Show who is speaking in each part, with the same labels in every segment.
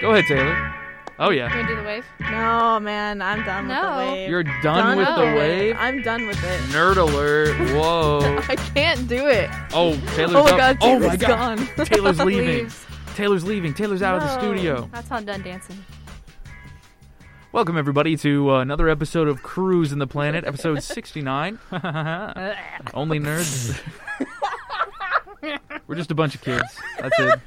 Speaker 1: Go ahead, Taylor. Oh yeah.
Speaker 2: gonna do the wave?
Speaker 3: No, man, I'm done
Speaker 2: No.
Speaker 3: with the wave.
Speaker 1: You're done with the
Speaker 3: Oh.
Speaker 2: with it.
Speaker 1: wave.
Speaker 3: I'm done with it.
Speaker 1: Nerd alert! Whoa.
Speaker 3: I can't do it.
Speaker 1: Oh, Taylor's
Speaker 3: oh my
Speaker 1: up.
Speaker 3: god,
Speaker 1: oh
Speaker 3: Taylor's
Speaker 1: my god.
Speaker 3: gone.
Speaker 1: Taylor's leaving.
Speaker 2: Leaves.
Speaker 1: Taylor's leaving. Taylor's out of the
Speaker 2: No.
Speaker 1: studio.
Speaker 2: That's not done dancing.
Speaker 1: Welcome everybody to uh, another episode of Cruise in the Planet, episode 69. Only nerds. We're just a bunch of kids. That's it.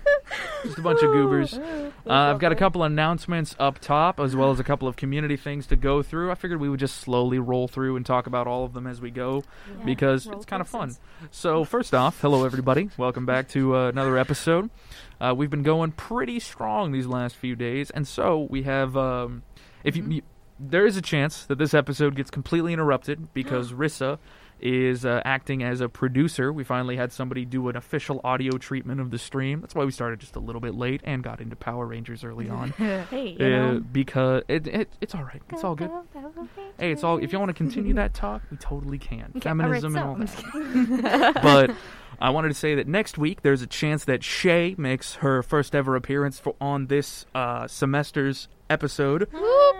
Speaker 1: Just a bunch of goobers. Uh, I've got a couple announcements up top, as well as a couple of community things to go through. I figured we would just slowly roll through and talk about all of them as we go because
Speaker 2: roll
Speaker 1: it's kind of
Speaker 2: through
Speaker 1: fun. So, first off, hello everybody. Welcome back to uh, another episode. Uh, we've been going pretty strong these last few days, and so we have. Um, if you, you, there is a chance that this episode gets completely interrupted because Rissa is uh, acting as a producer. We finally had somebody do an official audio treatment of the stream. That's why we started just a little bit late and got into Power Rangers early on.
Speaker 3: hey,
Speaker 1: Uh, because it, it, it's all right. It's all good. Hey, it's all. If you want to continue that talk, we totally can. Feminism
Speaker 2: all
Speaker 1: and
Speaker 2: right,
Speaker 1: all that. but I wanted to say that next week there's a chance that Shay makes her first ever appearance for, on this uh, semester's episode.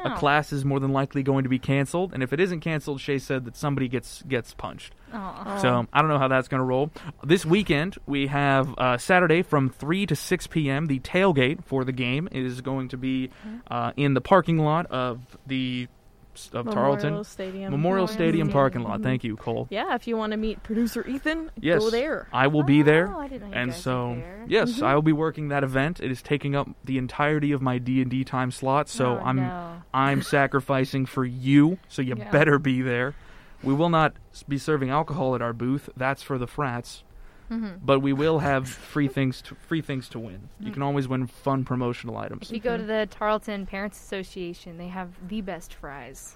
Speaker 1: A class is more than likely going to be canceled, and if it isn't canceled, Shay said that somebody gets gets punched.
Speaker 2: Oh.
Speaker 1: So I don't know how that's going to roll. This weekend we have uh, Saturday from three to six p.m. The tailgate for the game is going to be uh, in the parking lot of the of Tarleton
Speaker 3: Memorial Stadium.
Speaker 1: Memorial
Speaker 2: Memorial
Speaker 1: Stadium
Speaker 2: Stadium.
Speaker 1: parking lot. Thank you, Cole.
Speaker 3: Yeah, if you want to meet producer Ethan,
Speaker 1: Yes,
Speaker 3: go there.
Speaker 1: I will be there.
Speaker 2: Oh, I didn't know you
Speaker 1: and
Speaker 2: guys
Speaker 1: so
Speaker 2: were there.
Speaker 1: yes, I will be working that event. It is taking up the entirety of my D and D time slot, so
Speaker 2: Oh,
Speaker 1: I'm
Speaker 2: no.
Speaker 1: I'm sacrificing for you. So you
Speaker 2: Yeah.
Speaker 1: better be there. We will not s- be serving alcohol at our booth. That's for the frats. But we will have free things to free things to win. You can always win fun promotional items.
Speaker 2: If you go to the Tarleton Parents Association, they have the best fries.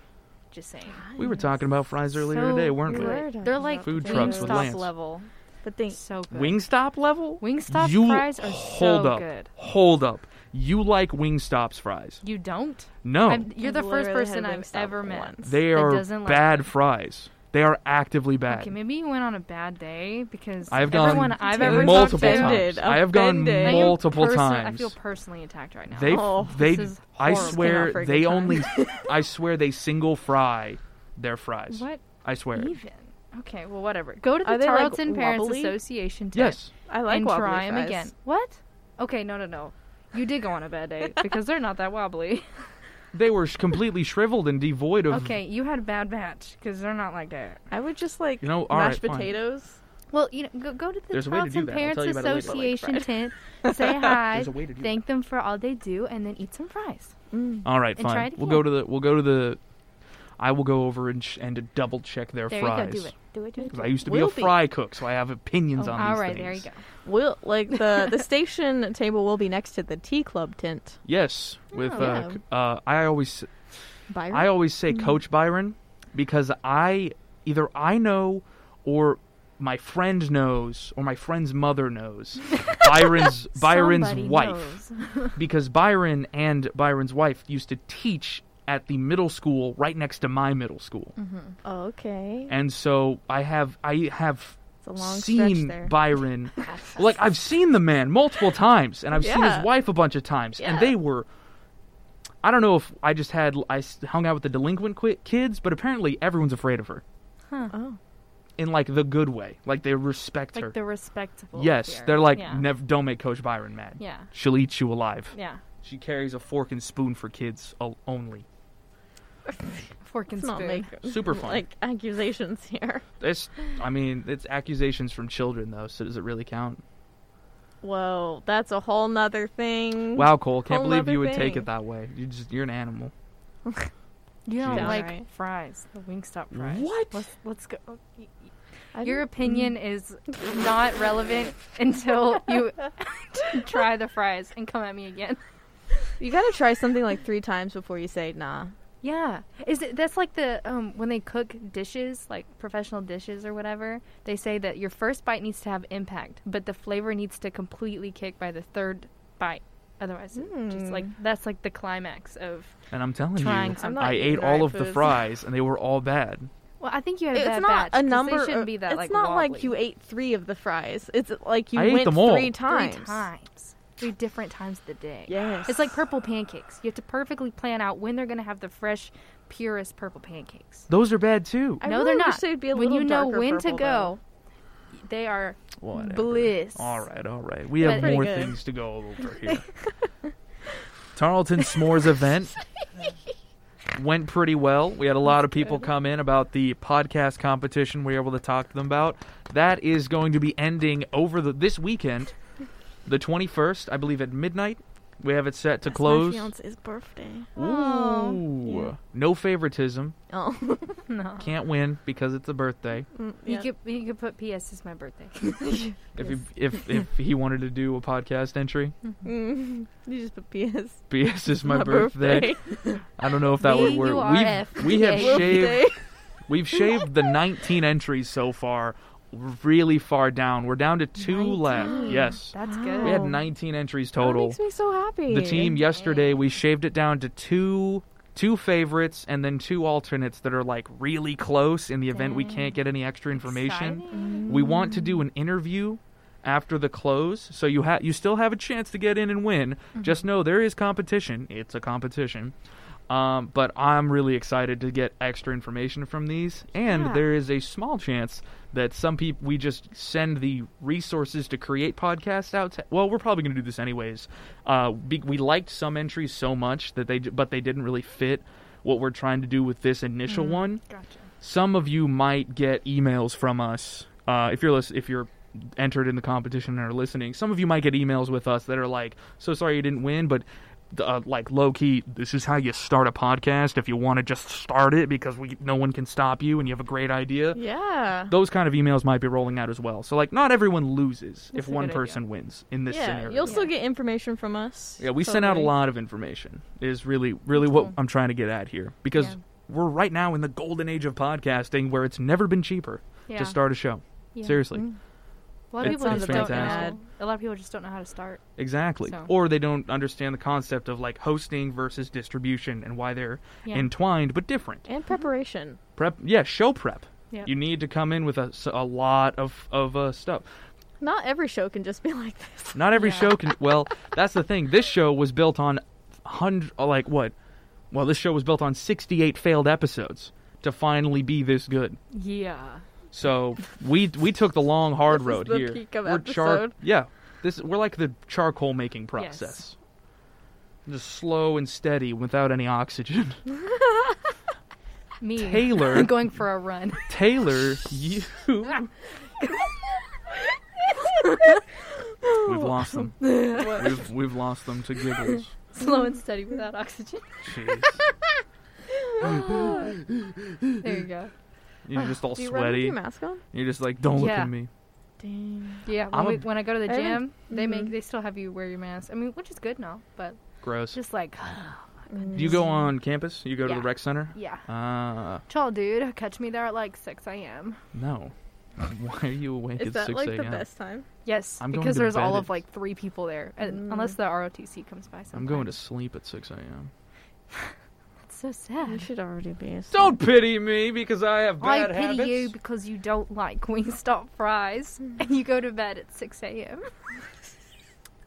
Speaker 2: Just saying.
Speaker 1: We were talking about fries earlier
Speaker 2: So
Speaker 1: today, weren't
Speaker 2: good.
Speaker 1: we?
Speaker 3: we?
Speaker 2: They're like
Speaker 1: Food
Speaker 3: trucks with
Speaker 2: Wingstop
Speaker 1: lamps.
Speaker 2: level.
Speaker 3: But think
Speaker 2: So good.
Speaker 1: Wingstop level?
Speaker 2: Wingstop
Speaker 1: You-
Speaker 2: fries are
Speaker 1: hold
Speaker 2: so
Speaker 1: up.
Speaker 2: good.
Speaker 1: Hold up. You like Wingstop's fries?
Speaker 2: You don't?
Speaker 1: No.
Speaker 2: I've, you're the
Speaker 3: I've
Speaker 2: first
Speaker 3: literally had
Speaker 2: person I've
Speaker 3: Wingstop
Speaker 2: ever met.
Speaker 3: once.
Speaker 1: They
Speaker 2: that
Speaker 1: are
Speaker 2: doesn't like
Speaker 1: bad
Speaker 2: them.
Speaker 1: fries. They are actively bad.
Speaker 2: Okay, maybe you went on a bad day because
Speaker 1: I have gone
Speaker 2: everyone I've ever talked
Speaker 1: multiple
Speaker 2: to,
Speaker 3: offended.
Speaker 1: times. I have gone
Speaker 3: Offended.
Speaker 2: I am
Speaker 1: multiple
Speaker 2: person-
Speaker 1: times.
Speaker 2: I feel personally attacked right now.
Speaker 1: They,
Speaker 3: Oh,
Speaker 1: they,
Speaker 2: this is
Speaker 1: I
Speaker 2: horrible.
Speaker 3: Cannot for
Speaker 1: swear
Speaker 3: a
Speaker 1: they
Speaker 3: good time.
Speaker 1: only, I swear they single fry their fries.
Speaker 2: what
Speaker 1: I swear.
Speaker 2: even? Okay, well, whatever. Go to the
Speaker 3: Are they, like,
Speaker 2: Tarleton Parents
Speaker 3: wobbly?
Speaker 2: Association tent
Speaker 1: Yes.
Speaker 3: I like
Speaker 2: and
Speaker 3: wobbly
Speaker 2: try them
Speaker 3: fries.
Speaker 2: again. What? Okay, no, no, no. You did go on a bad day because they're not that wobbly.
Speaker 1: They were sh- completely shriveled and devoid of.
Speaker 2: Okay, you had a bad batch because they're not like that.
Speaker 3: I would just like
Speaker 1: You know, all
Speaker 3: mashed
Speaker 1: right, fine.
Speaker 3: potatoes.
Speaker 2: Well, you know, go, go to the
Speaker 1: There's a way to do
Speaker 2: Tarleton
Speaker 1: that. I'll
Speaker 2: Parents
Speaker 1: tell you about it later.
Speaker 2: Association tent, say hi,
Speaker 1: There's a way to do
Speaker 2: thank them for all they do, and then eat some fries.
Speaker 1: All right,
Speaker 2: And try
Speaker 1: fine.
Speaker 2: it
Speaker 1: We'll
Speaker 2: again.
Speaker 1: go to the. We'll go to the. I will go over and sh- and double check their
Speaker 2: There
Speaker 1: fries.
Speaker 2: you go. Do it. Do it. Do it.
Speaker 1: 'Cause I used to be
Speaker 3: Will
Speaker 1: a
Speaker 3: be.
Speaker 1: fry cook, so I have opinions on
Speaker 2: Oh, All
Speaker 1: these
Speaker 2: right,
Speaker 1: things.
Speaker 2: there you go.
Speaker 3: Will like the the station table will be next to the tea club tent.
Speaker 1: Yes, with
Speaker 3: Oh,
Speaker 1: uh,
Speaker 3: yeah.
Speaker 1: c- uh, I always
Speaker 3: Byron.
Speaker 1: I always say
Speaker 3: Mm-hmm.
Speaker 1: Coach Byron because I either I know or my friend knows or my friend's mother knows Byron's Byron's
Speaker 2: Somebody
Speaker 1: wife
Speaker 2: knows.
Speaker 1: because Byron and Byron's wife used to teach at the middle school right next to my middle school.
Speaker 3: Mm-hmm. okay.
Speaker 1: And so I have I have
Speaker 3: It's a long
Speaker 1: seen
Speaker 3: stretch there.
Speaker 1: Byron like I've seen the man multiple times, and I've seen
Speaker 3: Yeah.
Speaker 1: his wife a bunch of times, and
Speaker 3: Yeah.
Speaker 1: they were. I don't know if I just had I s- hung out with the delinquent qui- kids, but apparently everyone's afraid of her
Speaker 3: oh.
Speaker 1: in like the good way, like they respect her.
Speaker 2: like the respectable.
Speaker 1: yes,
Speaker 2: here.
Speaker 1: they're like,
Speaker 2: yeah.
Speaker 1: Nev- don't make Coach Byron mad.
Speaker 2: Yeah.
Speaker 1: she'll eat you alive.
Speaker 2: Yeah.
Speaker 1: She carries a fork and spoon for kids al- only.
Speaker 2: Fork and
Speaker 3: Let's not
Speaker 2: spoon.
Speaker 3: make
Speaker 1: Super fun.
Speaker 3: like accusations here.
Speaker 1: It's, I mean, it's accusations from children though, so does it really count?
Speaker 3: Whoa, that's a whole nother thing.
Speaker 1: Wow, Cole, can't
Speaker 3: Mm. Whole
Speaker 1: believe you
Speaker 3: other
Speaker 1: would take
Speaker 3: thing.
Speaker 1: it that way. You just, you're an animal.
Speaker 2: you don't
Speaker 1: Sounds
Speaker 2: like
Speaker 3: right.
Speaker 2: fries, the Wingstop
Speaker 1: Mm-hmm.
Speaker 2: fries.
Speaker 1: What?
Speaker 2: Let's, let's go. Oh,
Speaker 3: I
Speaker 2: Your
Speaker 3: didn't-
Speaker 2: opinion is not relevant until you try the fries and come at me again.
Speaker 3: you gotta try something like three times before you say nah.
Speaker 2: Yeah, is it that's like the um when they cook dishes, like professional dishes or whatever. They say that your first bite needs to have impact, but the flavor needs to completely kick by the third bite. Otherwise, it just like
Speaker 3: Hmm.
Speaker 2: that's like the climax of.
Speaker 1: And I'm telling
Speaker 2: Trying
Speaker 1: you,
Speaker 2: something. I'm not
Speaker 1: I ate
Speaker 3: eating
Speaker 1: all
Speaker 3: right
Speaker 1: of the
Speaker 3: foods.
Speaker 1: fries, and they were all bad.
Speaker 2: Well, I think you had a
Speaker 3: It's
Speaker 2: bad
Speaker 3: not
Speaker 2: batch. 'cause
Speaker 3: a number.
Speaker 2: They shouldn't
Speaker 3: of-
Speaker 2: be that
Speaker 3: it's
Speaker 2: like.
Speaker 3: not like
Speaker 2: wobbly.
Speaker 3: you ate three of the fries. It's like you
Speaker 1: I ate
Speaker 3: went
Speaker 1: them all. Three
Speaker 3: three times.
Speaker 2: three times. three different times of the day.
Speaker 3: Yes.
Speaker 2: It's like purple pancakes. You have to perfectly plan out when they're going to have the fresh, purest purple pancakes.
Speaker 1: Those are bad too.
Speaker 3: I
Speaker 2: no,
Speaker 3: really
Speaker 2: they're
Speaker 3: wish
Speaker 2: not.
Speaker 3: they'd be a
Speaker 2: when you
Speaker 3: little
Speaker 2: know
Speaker 3: darker
Speaker 2: when to
Speaker 3: purple,
Speaker 2: go, they are
Speaker 1: Whatever.
Speaker 2: bliss.
Speaker 1: All right, all right. We
Speaker 2: But-
Speaker 1: have
Speaker 2: Pretty
Speaker 1: more
Speaker 3: good.
Speaker 1: things to go over here. Tarleton S'mores event went pretty well. We had a lot of people come in about the podcast competition we were able to talk to them about. That is going to be ending over the this weekend, the 21st, I believe at midnight. We have it set to
Speaker 3: That's
Speaker 1: close.
Speaker 3: My fiance's birthday.
Speaker 2: Oh.
Speaker 1: Ooh.
Speaker 3: Yeah.
Speaker 1: No favoritism.
Speaker 3: Oh,
Speaker 2: No.
Speaker 1: Can't win because it's a birthday.
Speaker 3: Mm,
Speaker 2: You
Speaker 3: yeah.
Speaker 2: could you could put P.S. is my birthday.
Speaker 1: If he, if if he wanted to do a podcast entry,
Speaker 3: Mm. you just put PS.
Speaker 1: BS is my, birthday. I don't know if that would work.
Speaker 2: B-U-R-F.
Speaker 1: We've, we have
Speaker 2: Yeah.
Speaker 1: shaved we've shaved the 19 entries so far really far down. We're down to 2 left.
Speaker 3: 19.
Speaker 1: Yes.
Speaker 2: That's
Speaker 3: Wow.
Speaker 2: good.
Speaker 1: We had 19 entries total.
Speaker 3: That makes me so happy.
Speaker 1: The team
Speaker 3: Yeah.
Speaker 1: yesterday we shaved it down to 2 two favorites and then two alternates that are like really close in the event we
Speaker 2: Dang.
Speaker 1: can't get any extra information.
Speaker 2: Exciting.
Speaker 1: We want to do an interview after the close, so you ha- you still have a chance to get in and win. Just know there is competition; it's a competition. Um, but I'm really excited to get extra information from these, and
Speaker 2: Yeah.
Speaker 1: there is a small chance that some people we just send the resources to create podcasts out. To- well, we're probably going to do this anyways. Uh, be- we liked some entries so much that they, j- but they didn't really fit what we're trying to do with this initial one
Speaker 2: Gotcha.
Speaker 1: some of you might get emails from us uh, if you're lis- if you're entered in the competition and are listening. Some of you might get emails with us that are like, "So sorry you didn't win, but." Uh, like low key, this is how you start a podcast. If you want to just start it, because we no one can stop you, and you have a great idea.
Speaker 3: Yeah.
Speaker 1: Those kind of emails might be rolling out as well. So like, not everyone loses
Speaker 3: That's
Speaker 1: if
Speaker 3: a
Speaker 1: one
Speaker 3: good idea.
Speaker 1: person wins in this
Speaker 3: yeah.
Speaker 1: scenario.
Speaker 3: You'll still get information from us.
Speaker 1: Yeah, we sent out a
Speaker 3: Totally.
Speaker 1: lot of information. Is really really what
Speaker 2: Cool.
Speaker 1: I'm trying to get at here because
Speaker 2: Yeah.
Speaker 1: we're right now in the golden age of podcasting where it's never been cheaper
Speaker 2: Yeah.
Speaker 1: to start a show.
Speaker 2: Yeah. Mm-hmm.
Speaker 1: Seriously,
Speaker 3: Mm.
Speaker 2: A lot of
Speaker 1: It
Speaker 2: people just
Speaker 1: sounds
Speaker 2: don't know.
Speaker 3: fantastic.
Speaker 2: A lot of people just don't know how to start.
Speaker 1: exactly.
Speaker 2: So-
Speaker 1: Or they don't understand the concept of like hosting versus distribution and why they're
Speaker 2: Yeah.
Speaker 1: entwined but different.
Speaker 3: And preparation.
Speaker 1: Prep, yeah, show prep.
Speaker 2: Yeah.
Speaker 1: You need to come in with a, s- a lot of of uh, stuff.
Speaker 3: Not every show can just be like this.
Speaker 1: Not every
Speaker 2: Yeah.
Speaker 1: show can. Well, that's the thing. This show was built on hundred, uh, like what? Well, this show was built on sixty-eight failed episodes to finally be this good.
Speaker 2: Yeah.
Speaker 1: So we we took the long hard
Speaker 3: This is
Speaker 1: road
Speaker 3: the
Speaker 1: here.
Speaker 3: peak of
Speaker 1: we're
Speaker 3: episode.
Speaker 1: yeah, this we're like the charcoal making process, just slow and steady without any oxygen.
Speaker 2: Me.
Speaker 1: Taylor,
Speaker 2: I'm going for a run.
Speaker 1: Taylor, you. We've lost them. We've, we've lost them to giggles.
Speaker 2: Slow and steady without oxygen.
Speaker 1: Jeez.
Speaker 2: There you go.
Speaker 1: You're just all
Speaker 3: Do you run with
Speaker 1: sweaty.
Speaker 3: your mask on?
Speaker 1: You're just like, don't look
Speaker 2: Yeah.
Speaker 1: at me.
Speaker 3: Dang.
Speaker 2: Yeah, when,
Speaker 1: I'm a-
Speaker 2: we, when I go to the
Speaker 3: I haven't-
Speaker 2: gym, they make
Speaker 3: Mhm.
Speaker 2: they still have you wear your mask. I mean, which is good now, but
Speaker 1: Gross.
Speaker 2: just like,
Speaker 1: Do you go on campus? You go to
Speaker 2: Yeah.
Speaker 1: the rec center?
Speaker 2: yeah,
Speaker 1: Ah,
Speaker 2: chill, dude, catch me there at like six a.m.
Speaker 1: no. Why are you awake
Speaker 3: Is
Speaker 1: at
Speaker 3: that
Speaker 1: 6
Speaker 3: like
Speaker 1: a.m.?
Speaker 3: the best time?
Speaker 2: Yes,
Speaker 1: I'm going
Speaker 2: because
Speaker 1: to
Speaker 2: there's all
Speaker 1: bed
Speaker 2: of
Speaker 1: at-
Speaker 2: like three people there, and
Speaker 3: Mm.
Speaker 2: unless the ROTC comes by. Sometimes.
Speaker 1: I'm going to sleep at 6 a.m.
Speaker 2: That's so
Speaker 3: You
Speaker 2: sad.
Speaker 3: should already be. asleep.
Speaker 1: Don't pity me because I have
Speaker 2: I
Speaker 1: bad
Speaker 2: pity
Speaker 1: habits.
Speaker 2: you because you don't like Wingstop fries,
Speaker 3: Mm.
Speaker 2: and you go to bed at six a.m.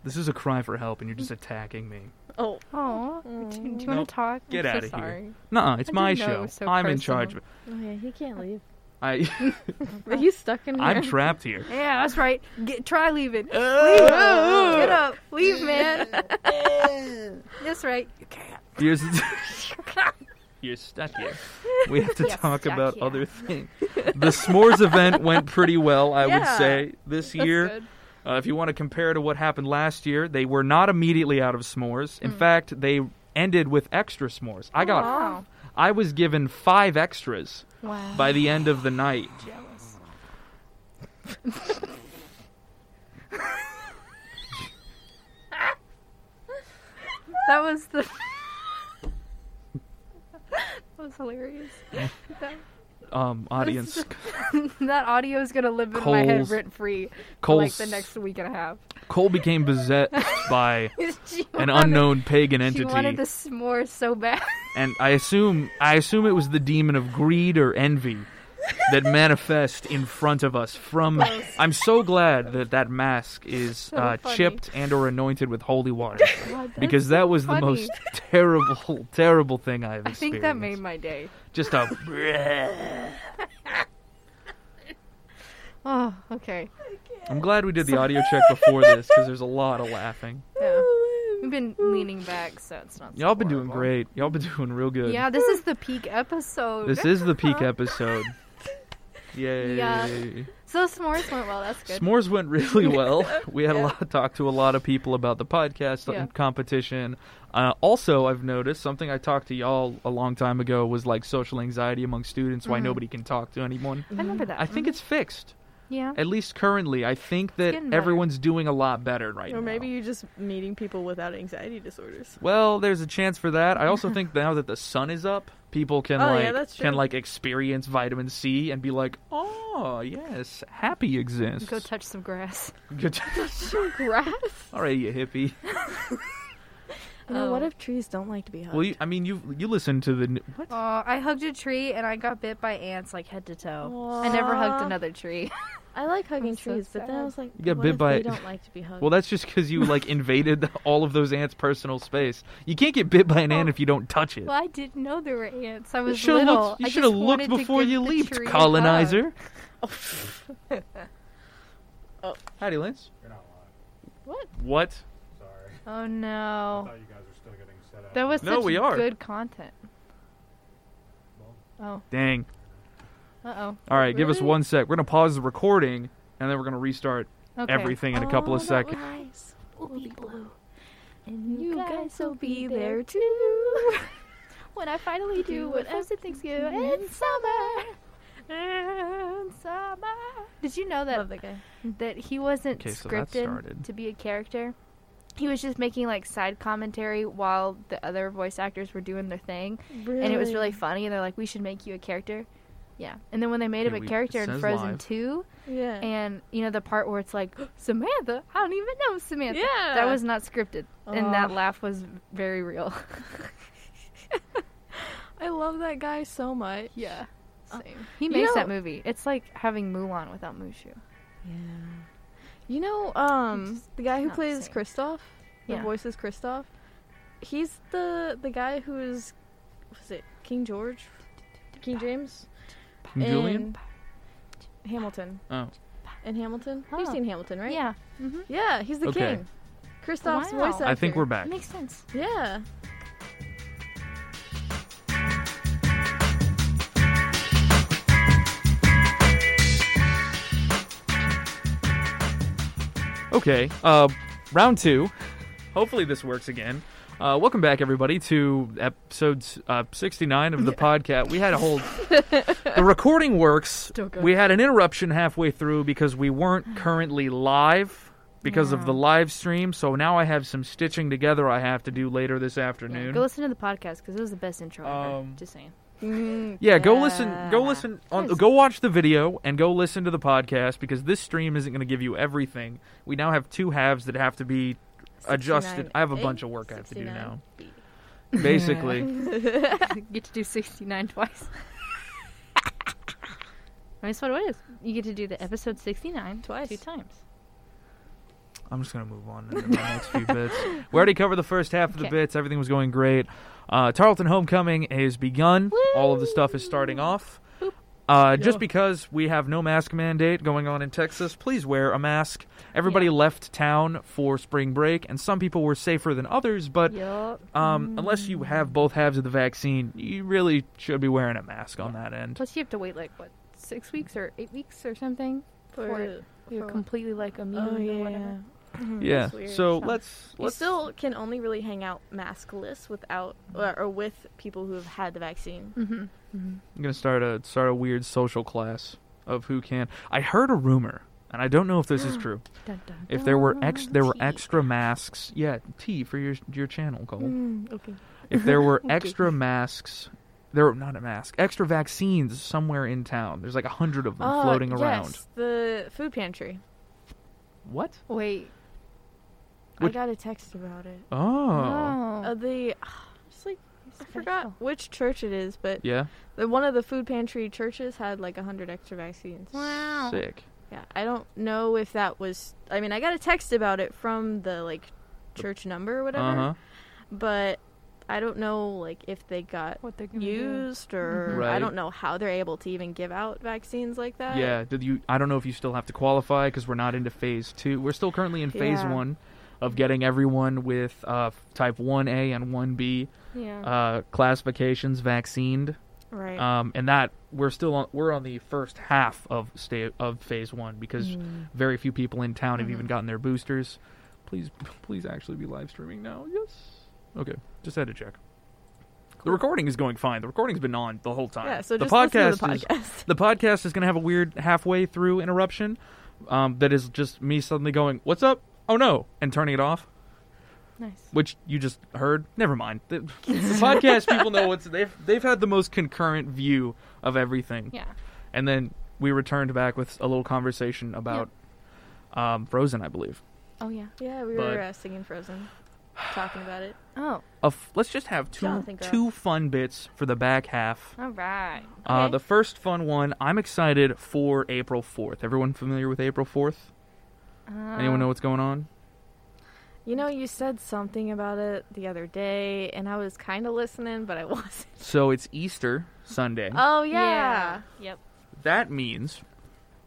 Speaker 1: This is a cry for help, and you're just attacking me.
Speaker 3: Oh.
Speaker 2: Oh, do, do you
Speaker 3: Mm.
Speaker 2: want
Speaker 1: Nope.
Speaker 2: to talk?
Speaker 1: Get
Speaker 2: I'm
Speaker 1: outta
Speaker 2: so
Speaker 1: here.
Speaker 2: sorry. here.
Speaker 1: Nuh-uh, it's
Speaker 2: I
Speaker 1: my
Speaker 2: didn't know it
Speaker 1: show.
Speaker 2: was so
Speaker 1: I'm in charge.
Speaker 2: personal.
Speaker 3: Okay, Oh, he can't leave.
Speaker 1: I,
Speaker 3: Are you stuck in here?
Speaker 1: I'm trapped here.
Speaker 2: Yeah, that's right. Get, try leaving.
Speaker 1: Uh,
Speaker 2: Get
Speaker 1: Ugh.
Speaker 2: up.
Speaker 3: uh.
Speaker 2: Leave, man. that's right. You can't.
Speaker 1: You're, s- you're stuck here. We have to
Speaker 2: Yes,
Speaker 1: talk
Speaker 2: stuck
Speaker 1: about
Speaker 2: here.
Speaker 1: other things. The s'mores event went pretty well, I would
Speaker 3: Yeah.
Speaker 1: say, this year.
Speaker 2: That's good.
Speaker 1: Uh, if you want to compare to what happened last year, they were not immediately out of s'mores.
Speaker 2: Mm.
Speaker 1: In fact, they ended with extra s'mores. I got,
Speaker 2: Wow.
Speaker 1: I was given five extras
Speaker 2: Wow.
Speaker 1: by the end of the night.
Speaker 2: Jealous. that was the. that was hilarious.
Speaker 1: Um, audience,
Speaker 2: that audio is gonna live in my head
Speaker 1: Cole's-
Speaker 2: rent free for
Speaker 1: Cole,
Speaker 2: like the next week and a half.
Speaker 1: Cole became beset by
Speaker 2: She
Speaker 1: an
Speaker 2: wanted-
Speaker 1: unknown pagan
Speaker 2: She wanted the
Speaker 1: entity,
Speaker 2: s'more so bad.
Speaker 1: and I assume, I assume it was the demon of greed or envy that manifest in front of us from i'm so glad that that mask is uh,
Speaker 2: funny.
Speaker 1: chipped and or anointed with holy water
Speaker 2: God, that's
Speaker 1: because that was
Speaker 2: funny.
Speaker 1: the most terrible terrible thing i've
Speaker 2: I
Speaker 1: experienced
Speaker 2: think that made my day.
Speaker 1: just a
Speaker 2: Oh, okay.
Speaker 1: i'm glad we did the audio check before this because there's a lot of laughing
Speaker 2: Yeah. We've been leaning back, so it's not. so
Speaker 1: y'all been doing
Speaker 2: horrible.
Speaker 1: great y'all been doing real good
Speaker 2: Yeah, this is the peak episode.
Speaker 1: this is the peak episode Yay.
Speaker 2: Yeah. so s'mores went well. That's good.
Speaker 1: S'mores went really well. We had a
Speaker 2: Yeah.
Speaker 1: lot talked to a lot of people about the podcast
Speaker 2: Yeah.
Speaker 1: and competition. Uh, also, I've noticed something I talked to y'all a long time ago was like social anxiety among students,
Speaker 2: Mm-hmm.
Speaker 1: why nobody can talk to anyone.
Speaker 2: I remember that. Mm-hmm.
Speaker 1: I think it's fixed.
Speaker 2: yeah.
Speaker 1: At least currently, I think that
Speaker 2: getting better.
Speaker 1: everyone's doing a lot better right
Speaker 3: Or
Speaker 1: now.
Speaker 3: maybe you're just meeting people without anxiety disorders.
Speaker 1: Well, there's a chance for that. I also think now that the sun is up, people can
Speaker 3: Oh, yeah,
Speaker 1: like
Speaker 3: that's
Speaker 1: can
Speaker 3: true.
Speaker 1: like experience vitamin C and be like, "Oh, yes, happy exists."
Speaker 2: Go touch some grass.
Speaker 1: Go t-
Speaker 3: Grass.
Speaker 1: All right, you hippie.
Speaker 3: You know, what
Speaker 2: Oh.
Speaker 3: if trees don't like to be hugged?
Speaker 1: Well, you, I mean, you you listen to the n- what?
Speaker 2: Aw, I hugged a tree and I got bit by ants like head to toe. I never hugged
Speaker 3: Aw.
Speaker 2: another tree.
Speaker 3: I like hugging
Speaker 2: I'm so
Speaker 3: trees, but then I
Speaker 2: sad.
Speaker 3: was like,
Speaker 1: You got
Speaker 3: what
Speaker 1: bit
Speaker 3: if
Speaker 1: by-
Speaker 3: they don't like to be hugged?
Speaker 1: Well, that's just because you like invaded all of those ants' personal space. You can't get bit by an ant if you don't touch it.
Speaker 2: well, I didn't know there were ants. I
Speaker 1: You
Speaker 2: was
Speaker 1: should have
Speaker 2: little.
Speaker 1: looked,
Speaker 2: I
Speaker 1: you
Speaker 2: just
Speaker 1: should have looked
Speaker 2: wanted to
Speaker 1: before
Speaker 2: give
Speaker 1: you
Speaker 2: the
Speaker 1: leaped,
Speaker 2: tree a hug.
Speaker 1: colonizer.
Speaker 3: Oh.
Speaker 1: Howdy, Lance.
Speaker 4: You're not lying.
Speaker 3: what?
Speaker 1: What?
Speaker 4: Sorry.
Speaker 2: Oh
Speaker 4: I
Speaker 2: no,
Speaker 4: thought you guys were still getting set up.
Speaker 2: that was
Speaker 1: No,
Speaker 2: such
Speaker 1: we are.
Speaker 2: good content. Oh,
Speaker 4: Well,
Speaker 1: Dang.
Speaker 2: uh oh.
Speaker 1: All right, give us
Speaker 3: Really?
Speaker 1: one sec. We're gonna pause the recording, and then we're gonna restart
Speaker 2: Okay. Oh,
Speaker 1: everything in a couple of seconds.
Speaker 3: Oh, Nice. We'll be blue.
Speaker 2: And
Speaker 3: You guys will be there
Speaker 2: too. when I finally do what I was Thanksgiving in summer. In summer. Did you know that
Speaker 3: Love that guy.
Speaker 2: that he wasn't
Speaker 1: Okay, so that started.
Speaker 2: scripted to be a character? He was just making like side commentary while the other voice actors were doing their thing,
Speaker 3: Really?
Speaker 2: and it was really funny. And they're like, "We should make you a character." Yeah, and then when they made
Speaker 1: Okay,
Speaker 2: him
Speaker 1: we-
Speaker 2: a
Speaker 1: it
Speaker 2: character in
Speaker 1: says
Speaker 2: Frozen
Speaker 1: live.
Speaker 2: Two,
Speaker 3: Yeah.
Speaker 2: and you know the part where it's like Samantha, I don't even know Samantha. that
Speaker 3: Yeah.
Speaker 2: was not scripted, and that
Speaker 3: Ugh.
Speaker 2: laugh was very real.
Speaker 3: I love that guy so much.
Speaker 2: yeah,
Speaker 3: Uh,
Speaker 2: same. He
Speaker 3: you
Speaker 2: makes that
Speaker 3: know-
Speaker 2: movie. It's like having Mulan without Mushu.
Speaker 3: Yeah. You know, um,
Speaker 2: just
Speaker 3: the guy who
Speaker 2: not the
Speaker 3: plays
Speaker 2: same.
Speaker 3: Kristoff, who
Speaker 2: Yeah.
Speaker 3: voices Kristoff, he's the the guy who is, was it King George, King James,
Speaker 1: Mm-hmm. Julian.
Speaker 3: in Hamilton,
Speaker 1: Oh,
Speaker 3: in Hamilton. You've
Speaker 2: Oh.
Speaker 3: seen Hamilton, right?
Speaker 2: Yeah,
Speaker 3: Yeah, he's the
Speaker 1: Okay.
Speaker 3: king. Kristoff's
Speaker 2: Wow.
Speaker 3: voice actor.
Speaker 1: I think we're back.
Speaker 2: makes sense.
Speaker 3: Yeah.
Speaker 1: Okay, uh, round two. Hopefully this works again. Uh, welcome back, everybody, to episode uh, 69 of the podcast. We had a whole. the recording works.
Speaker 3: Still good.
Speaker 1: We had an interruption halfway through because we weren't currently live because of
Speaker 2: Yeah.
Speaker 1: the live stream. So now I have some stitching together I have to do later this afternoon.
Speaker 2: Yeah, go listen to the podcast because it was the best intro ever.
Speaker 1: Um,
Speaker 2: Just saying.
Speaker 3: Mm,
Speaker 1: Yeah, go listen. Go
Speaker 3: yeah.
Speaker 1: listen on.
Speaker 2: Yes.
Speaker 1: Go watch the video and go listen to the podcast because this stream isn't going to give you everything. We now have two halves that have to be adjusted.
Speaker 3: 69.
Speaker 1: I have a bunch
Speaker 3: Eh?
Speaker 1: of work I have to do
Speaker 3: 69.
Speaker 1: now. Basically,
Speaker 2: get to do 69 twice. That's what it is. You get to do the episode 69
Speaker 3: Twice.
Speaker 2: Two times.
Speaker 1: I'm just going to move on to the next few bits. We already covered the first half of the
Speaker 2: Okay.
Speaker 1: bits. Everything was going great. Uh, Tarleton Homecoming is begun. All of the stuff is starting off. Uh, Just
Speaker 3: Yeah.
Speaker 1: because we have no mask mandate going on in Texas, please wear a mask. Everybody
Speaker 2: Yeah.
Speaker 1: left town for spring break, and some people were safer than others, but
Speaker 2: Yup.
Speaker 1: um, unless you
Speaker 3: Mm.
Speaker 1: have both halves of the vaccine, you really should be wearing a mask on that end.
Speaker 2: Plus, you have to wait like, what, six weeks or eight weeks or something? For
Speaker 3: For,
Speaker 2: You're
Speaker 3: for-
Speaker 2: completely like immune
Speaker 3: oh
Speaker 2: or
Speaker 3: yeah.
Speaker 2: whatever. Mm-hmm.
Speaker 1: Yeah.
Speaker 3: That's weird.
Speaker 1: So
Speaker 2: Yeah.
Speaker 1: let's
Speaker 3: You
Speaker 1: let's
Speaker 3: still can only really hang out maskless without or, or with people who have had the vaccine.
Speaker 2: Mm-hmm.
Speaker 1: I'm gonna start a start a weird social class of who can. I heard a rumor, and I don't know if this is true.
Speaker 2: Dun, dun.
Speaker 1: If there were ex, there were
Speaker 3: Tea.
Speaker 1: extra masks. Yeah, tea for your your channel, Cole.
Speaker 3: Mm. okay.
Speaker 1: If there were extra masks, there were not a mask. Extra vaccines somewhere in town. There's like a hundred of them floating around.
Speaker 3: Ah, Yes, the food pantry.
Speaker 1: What?
Speaker 2: Wait.
Speaker 1: Which-
Speaker 3: I got a text about it.
Speaker 1: Oh,
Speaker 2: Oh.
Speaker 3: Uh, the just like I forgot which church it is, but
Speaker 1: Yeah.
Speaker 3: the, one of the food pantry churches had like 100 extra vaccines.
Speaker 2: Wow.
Speaker 1: Sick.
Speaker 3: Yeah, I don't know if that was. I mean, I got a text about it from the like church number or whatever,
Speaker 1: Uh huh.
Speaker 3: but I don't know like if they got
Speaker 2: What they're gonna do.
Speaker 3: used or
Speaker 1: Mm-hmm. Right.
Speaker 3: I don't know how they're able to even give out vaccines like that.
Speaker 1: Yeah. Did you? I don't know if you still have to qualify because we're not into phase two. We're still currently in phase
Speaker 3: Yeah.
Speaker 1: one of getting everyone with uh, type one A and one B
Speaker 2: Yeah.
Speaker 1: uh, classifications vaccined,
Speaker 3: Mm-hmm. Right.
Speaker 1: um, and that we're still on, we're on the first half of stay of phase one because
Speaker 3: Mm.
Speaker 1: very few people in town have
Speaker 3: Mm-hmm.
Speaker 1: even gotten their boosters. Please, please actually be live streaming now. Yes. Okay. Just had to check. The recording is going fine. The recording's been on the whole time.
Speaker 3: yeah, so
Speaker 1: the
Speaker 3: just listen to the
Speaker 1: podcast is-
Speaker 3: podcast.
Speaker 1: the podcast is going to have a weird halfway through interruption um, that is just me suddenly going, What's up? Oh no, and turning it off,
Speaker 2: nice.
Speaker 1: which you just heard. Never mind. The, the podcast people know what's they've they've had the most concurrent view of everything,
Speaker 2: Yeah.
Speaker 1: and then we returned back with a little conversation about um, Frozen, I believe.
Speaker 2: Oh yeah.
Speaker 3: yeah, we
Speaker 1: But-
Speaker 3: were uh, singing Frozen, talking about it.
Speaker 2: Oh.
Speaker 1: A f- let's just have two
Speaker 3: Jonathan Groff.
Speaker 1: two fun bits for the back half.
Speaker 2: All right.
Speaker 1: Uh,
Speaker 3: Okay.
Speaker 1: the first fun one, I'm excited for April 4th. Everyone familiar with April 4th?
Speaker 3: Uh,
Speaker 1: Anyone
Speaker 3: Um,
Speaker 1: know what's going on?
Speaker 3: You know, you said something about it the other day, and I was kind of listening, but I wasn't.
Speaker 1: So it's Easter Sunday.
Speaker 3: Oh
Speaker 2: Yeah. Yep.
Speaker 1: That means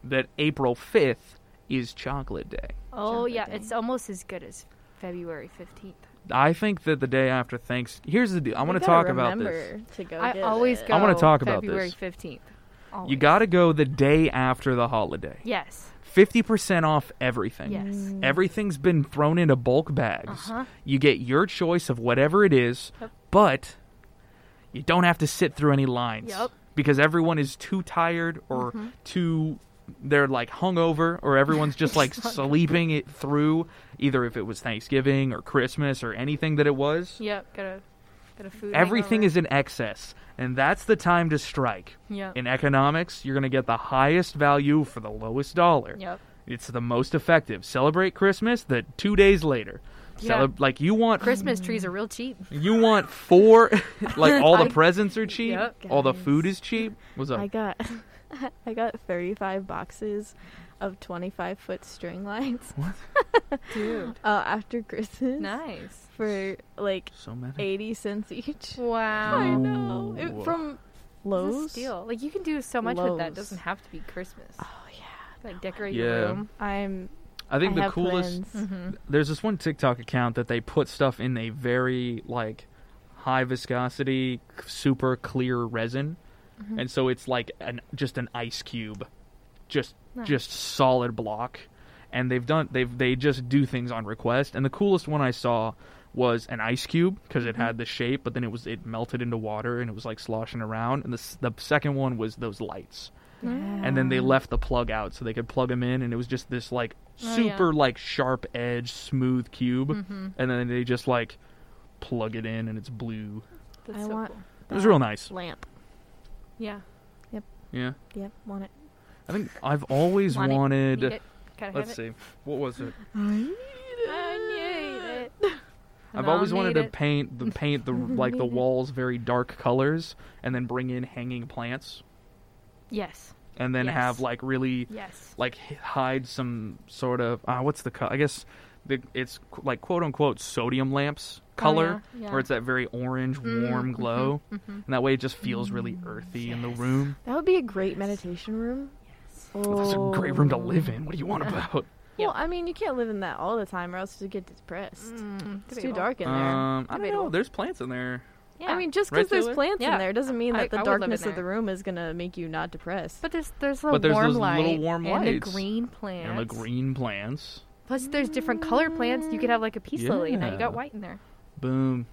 Speaker 1: that April 5th is Chocolate Day.
Speaker 2: Oh
Speaker 3: Chocolate
Speaker 2: yeah.
Speaker 3: Day.
Speaker 2: It's almost as good as February fifteenth.
Speaker 1: I think that the day after Thanks. Here's the deal. I want to talk about this.
Speaker 3: To go
Speaker 2: I
Speaker 3: get
Speaker 2: always
Speaker 3: it.
Speaker 2: go.
Speaker 1: I wanna talk about
Speaker 2: February
Speaker 1: this.
Speaker 2: fifteenth.
Speaker 1: You got to go the day after the holiday.
Speaker 2: Yes.
Speaker 1: 50% off everything.
Speaker 2: Yes.
Speaker 1: Mm-hmm. Everything's been thrown into bulk bags.
Speaker 2: Uh-huh.
Speaker 1: You get your choice of whatever it is,
Speaker 2: Yep.
Speaker 1: but you don't have to sit through any lines.
Speaker 2: Yep.
Speaker 1: Because everyone is too tired or
Speaker 2: Mm-hmm.
Speaker 1: too they're like hungover or everyone's just like sleeping it through either if it was Thanksgiving or Christmas or anything that it was.
Speaker 2: Yep. Got a. Got a food.
Speaker 1: Everything is in excess, and that's the time to strike.
Speaker 2: Yep.
Speaker 1: In economics, you're going to get the highest value for the lowest dollar.
Speaker 2: Yep.
Speaker 1: It's the most effective. Celebrate Christmas the two days later.
Speaker 2: Yeah.
Speaker 1: Celeb- like you want
Speaker 2: Christmas trees are real cheap.
Speaker 1: you want four like all the
Speaker 2: I-
Speaker 1: presents are cheap,
Speaker 2: Yep.
Speaker 1: all the
Speaker 3: Guys.
Speaker 1: food is cheap. What's up?
Speaker 3: I got, I got thirty-five boxes of twenty-five foot string lights
Speaker 2: Dude.
Speaker 3: uh, after Christmas
Speaker 2: nice.
Speaker 3: for like
Speaker 1: so many.
Speaker 3: eighty cents each.
Speaker 2: Wow.
Speaker 3: I know
Speaker 1: Ooh.
Speaker 3: it, from
Speaker 2: That's a
Speaker 3: Lowe's.
Speaker 2: steal. Like you can do so much with that. It
Speaker 3: Lowe's.
Speaker 2: doesn't have to be Christmas.
Speaker 3: Oh yeah,
Speaker 2: Like decorate
Speaker 1: Yeah.
Speaker 2: your room.
Speaker 3: Um,
Speaker 2: Mm-hmm.
Speaker 3: I'm.
Speaker 1: I think
Speaker 3: I
Speaker 1: the
Speaker 3: have
Speaker 1: coolest
Speaker 3: plans.
Speaker 1: there's this one TikTok account that they put stuff in a very like high viscosity, c- super clear resin, and so it's like an just an ice cube, just
Speaker 2: Nice.
Speaker 1: just solid block. And they've done they've they just do things on request. And the coolest one I saw was an ice cube because it had the shape, but then it was it melted into water and it was like sloshing around. And the s- the second one was those lights
Speaker 2: Mm-hmm.
Speaker 1: and then they left the plug out so they could plug them in and it was just this like
Speaker 2: Um, Oh, Mm-hmm.
Speaker 1: super like sharp edge smooth cube and then they just like plug it in and it's blue
Speaker 2: That's
Speaker 3: I
Speaker 2: so
Speaker 3: want
Speaker 2: cool.
Speaker 1: it was real nice
Speaker 3: lamp.
Speaker 2: Yeah.
Speaker 1: yeah
Speaker 3: Yep, want it.
Speaker 1: i think i've always
Speaker 2: Want it.
Speaker 1: wanted
Speaker 2: Need it. Gotta have
Speaker 1: let's
Speaker 2: it.
Speaker 1: see what was it
Speaker 2: I need it.
Speaker 1: i've
Speaker 2: I'll
Speaker 1: always wanted
Speaker 2: need
Speaker 1: to
Speaker 2: it.
Speaker 1: paint the paint the like the walls very dark colors and then bring in hanging plants
Speaker 2: Yes.
Speaker 1: and then
Speaker 2: Yes.
Speaker 1: have like really
Speaker 2: Yes.
Speaker 1: like h- hide some sort of uh, what's the co- I guess the, it's qu- like quote unquote sodium lamps color
Speaker 2: yeah, yeah.
Speaker 1: where it's that very orange warm glow
Speaker 2: Mm-hmm.
Speaker 1: and that way it just feels really earthy in the room.
Speaker 3: That would be a great meditation room. Oh.
Speaker 1: That's a great room to live in. What do you want about?
Speaker 3: Well, I mean, you can't live in that all the time, or else you get depressed.
Speaker 2: Mm.
Speaker 3: it's too
Speaker 2: debatable.
Speaker 3: dark in there.
Speaker 1: Um, I don't know.
Speaker 2: Debatable.
Speaker 1: There's plants in there.
Speaker 2: Yeah.
Speaker 3: I mean, just
Speaker 1: Right,
Speaker 3: because
Speaker 1: Taylor?
Speaker 3: there's plants
Speaker 2: Yeah.
Speaker 3: in there doesn't mean
Speaker 2: I-
Speaker 3: that the
Speaker 2: I would live in
Speaker 3: darkness of
Speaker 2: there.
Speaker 3: the room is gonna make you not depressed.
Speaker 2: but there's there's little
Speaker 1: But there's
Speaker 2: warm
Speaker 1: those
Speaker 2: light
Speaker 1: little warm
Speaker 2: and the
Speaker 1: lights.
Speaker 2: green plants
Speaker 1: And the green plants.
Speaker 2: Plus, there's different color plants. You could have like a peace lily. Now you got
Speaker 1: Yeah.
Speaker 2: white in there.
Speaker 1: Boom.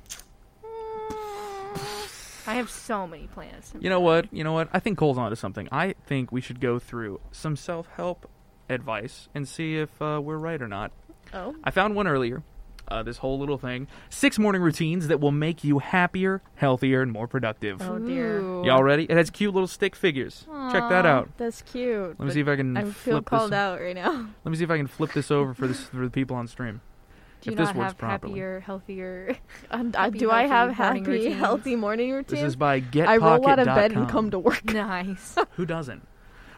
Speaker 2: I have so many plants.
Speaker 1: You know what? You know what? I think Cole's onto something. I think we should go through some self-help advice and see if uh, we're right or not.
Speaker 3: oh,
Speaker 1: I found one earlier. Uh, this whole little thing. Six morning routines that will make you happier, healthier, and more productive.
Speaker 3: oh dear,
Speaker 2: Ooh.
Speaker 1: Y'all ready? It has cute little stick figures. Check that
Speaker 2: Aw.
Speaker 1: out.
Speaker 3: that's cute.
Speaker 1: Let me see if I can
Speaker 3: I feel
Speaker 1: flip
Speaker 3: called
Speaker 1: this.
Speaker 3: out right now.
Speaker 1: Let me see if I can flip this over for this for the people on stream.
Speaker 2: Do you
Speaker 1: If this
Speaker 2: not
Speaker 1: works
Speaker 2: have
Speaker 1: properly.
Speaker 2: happier, healthier?
Speaker 3: Um, I,
Speaker 2: Happy,
Speaker 3: do
Speaker 2: healthy
Speaker 3: I have
Speaker 2: morning
Speaker 3: happy,
Speaker 2: routines.
Speaker 3: healthy morning routine?
Speaker 1: This is by getpocket.com.
Speaker 3: I roll out of bed and come to work.
Speaker 2: nice.
Speaker 1: Who doesn't?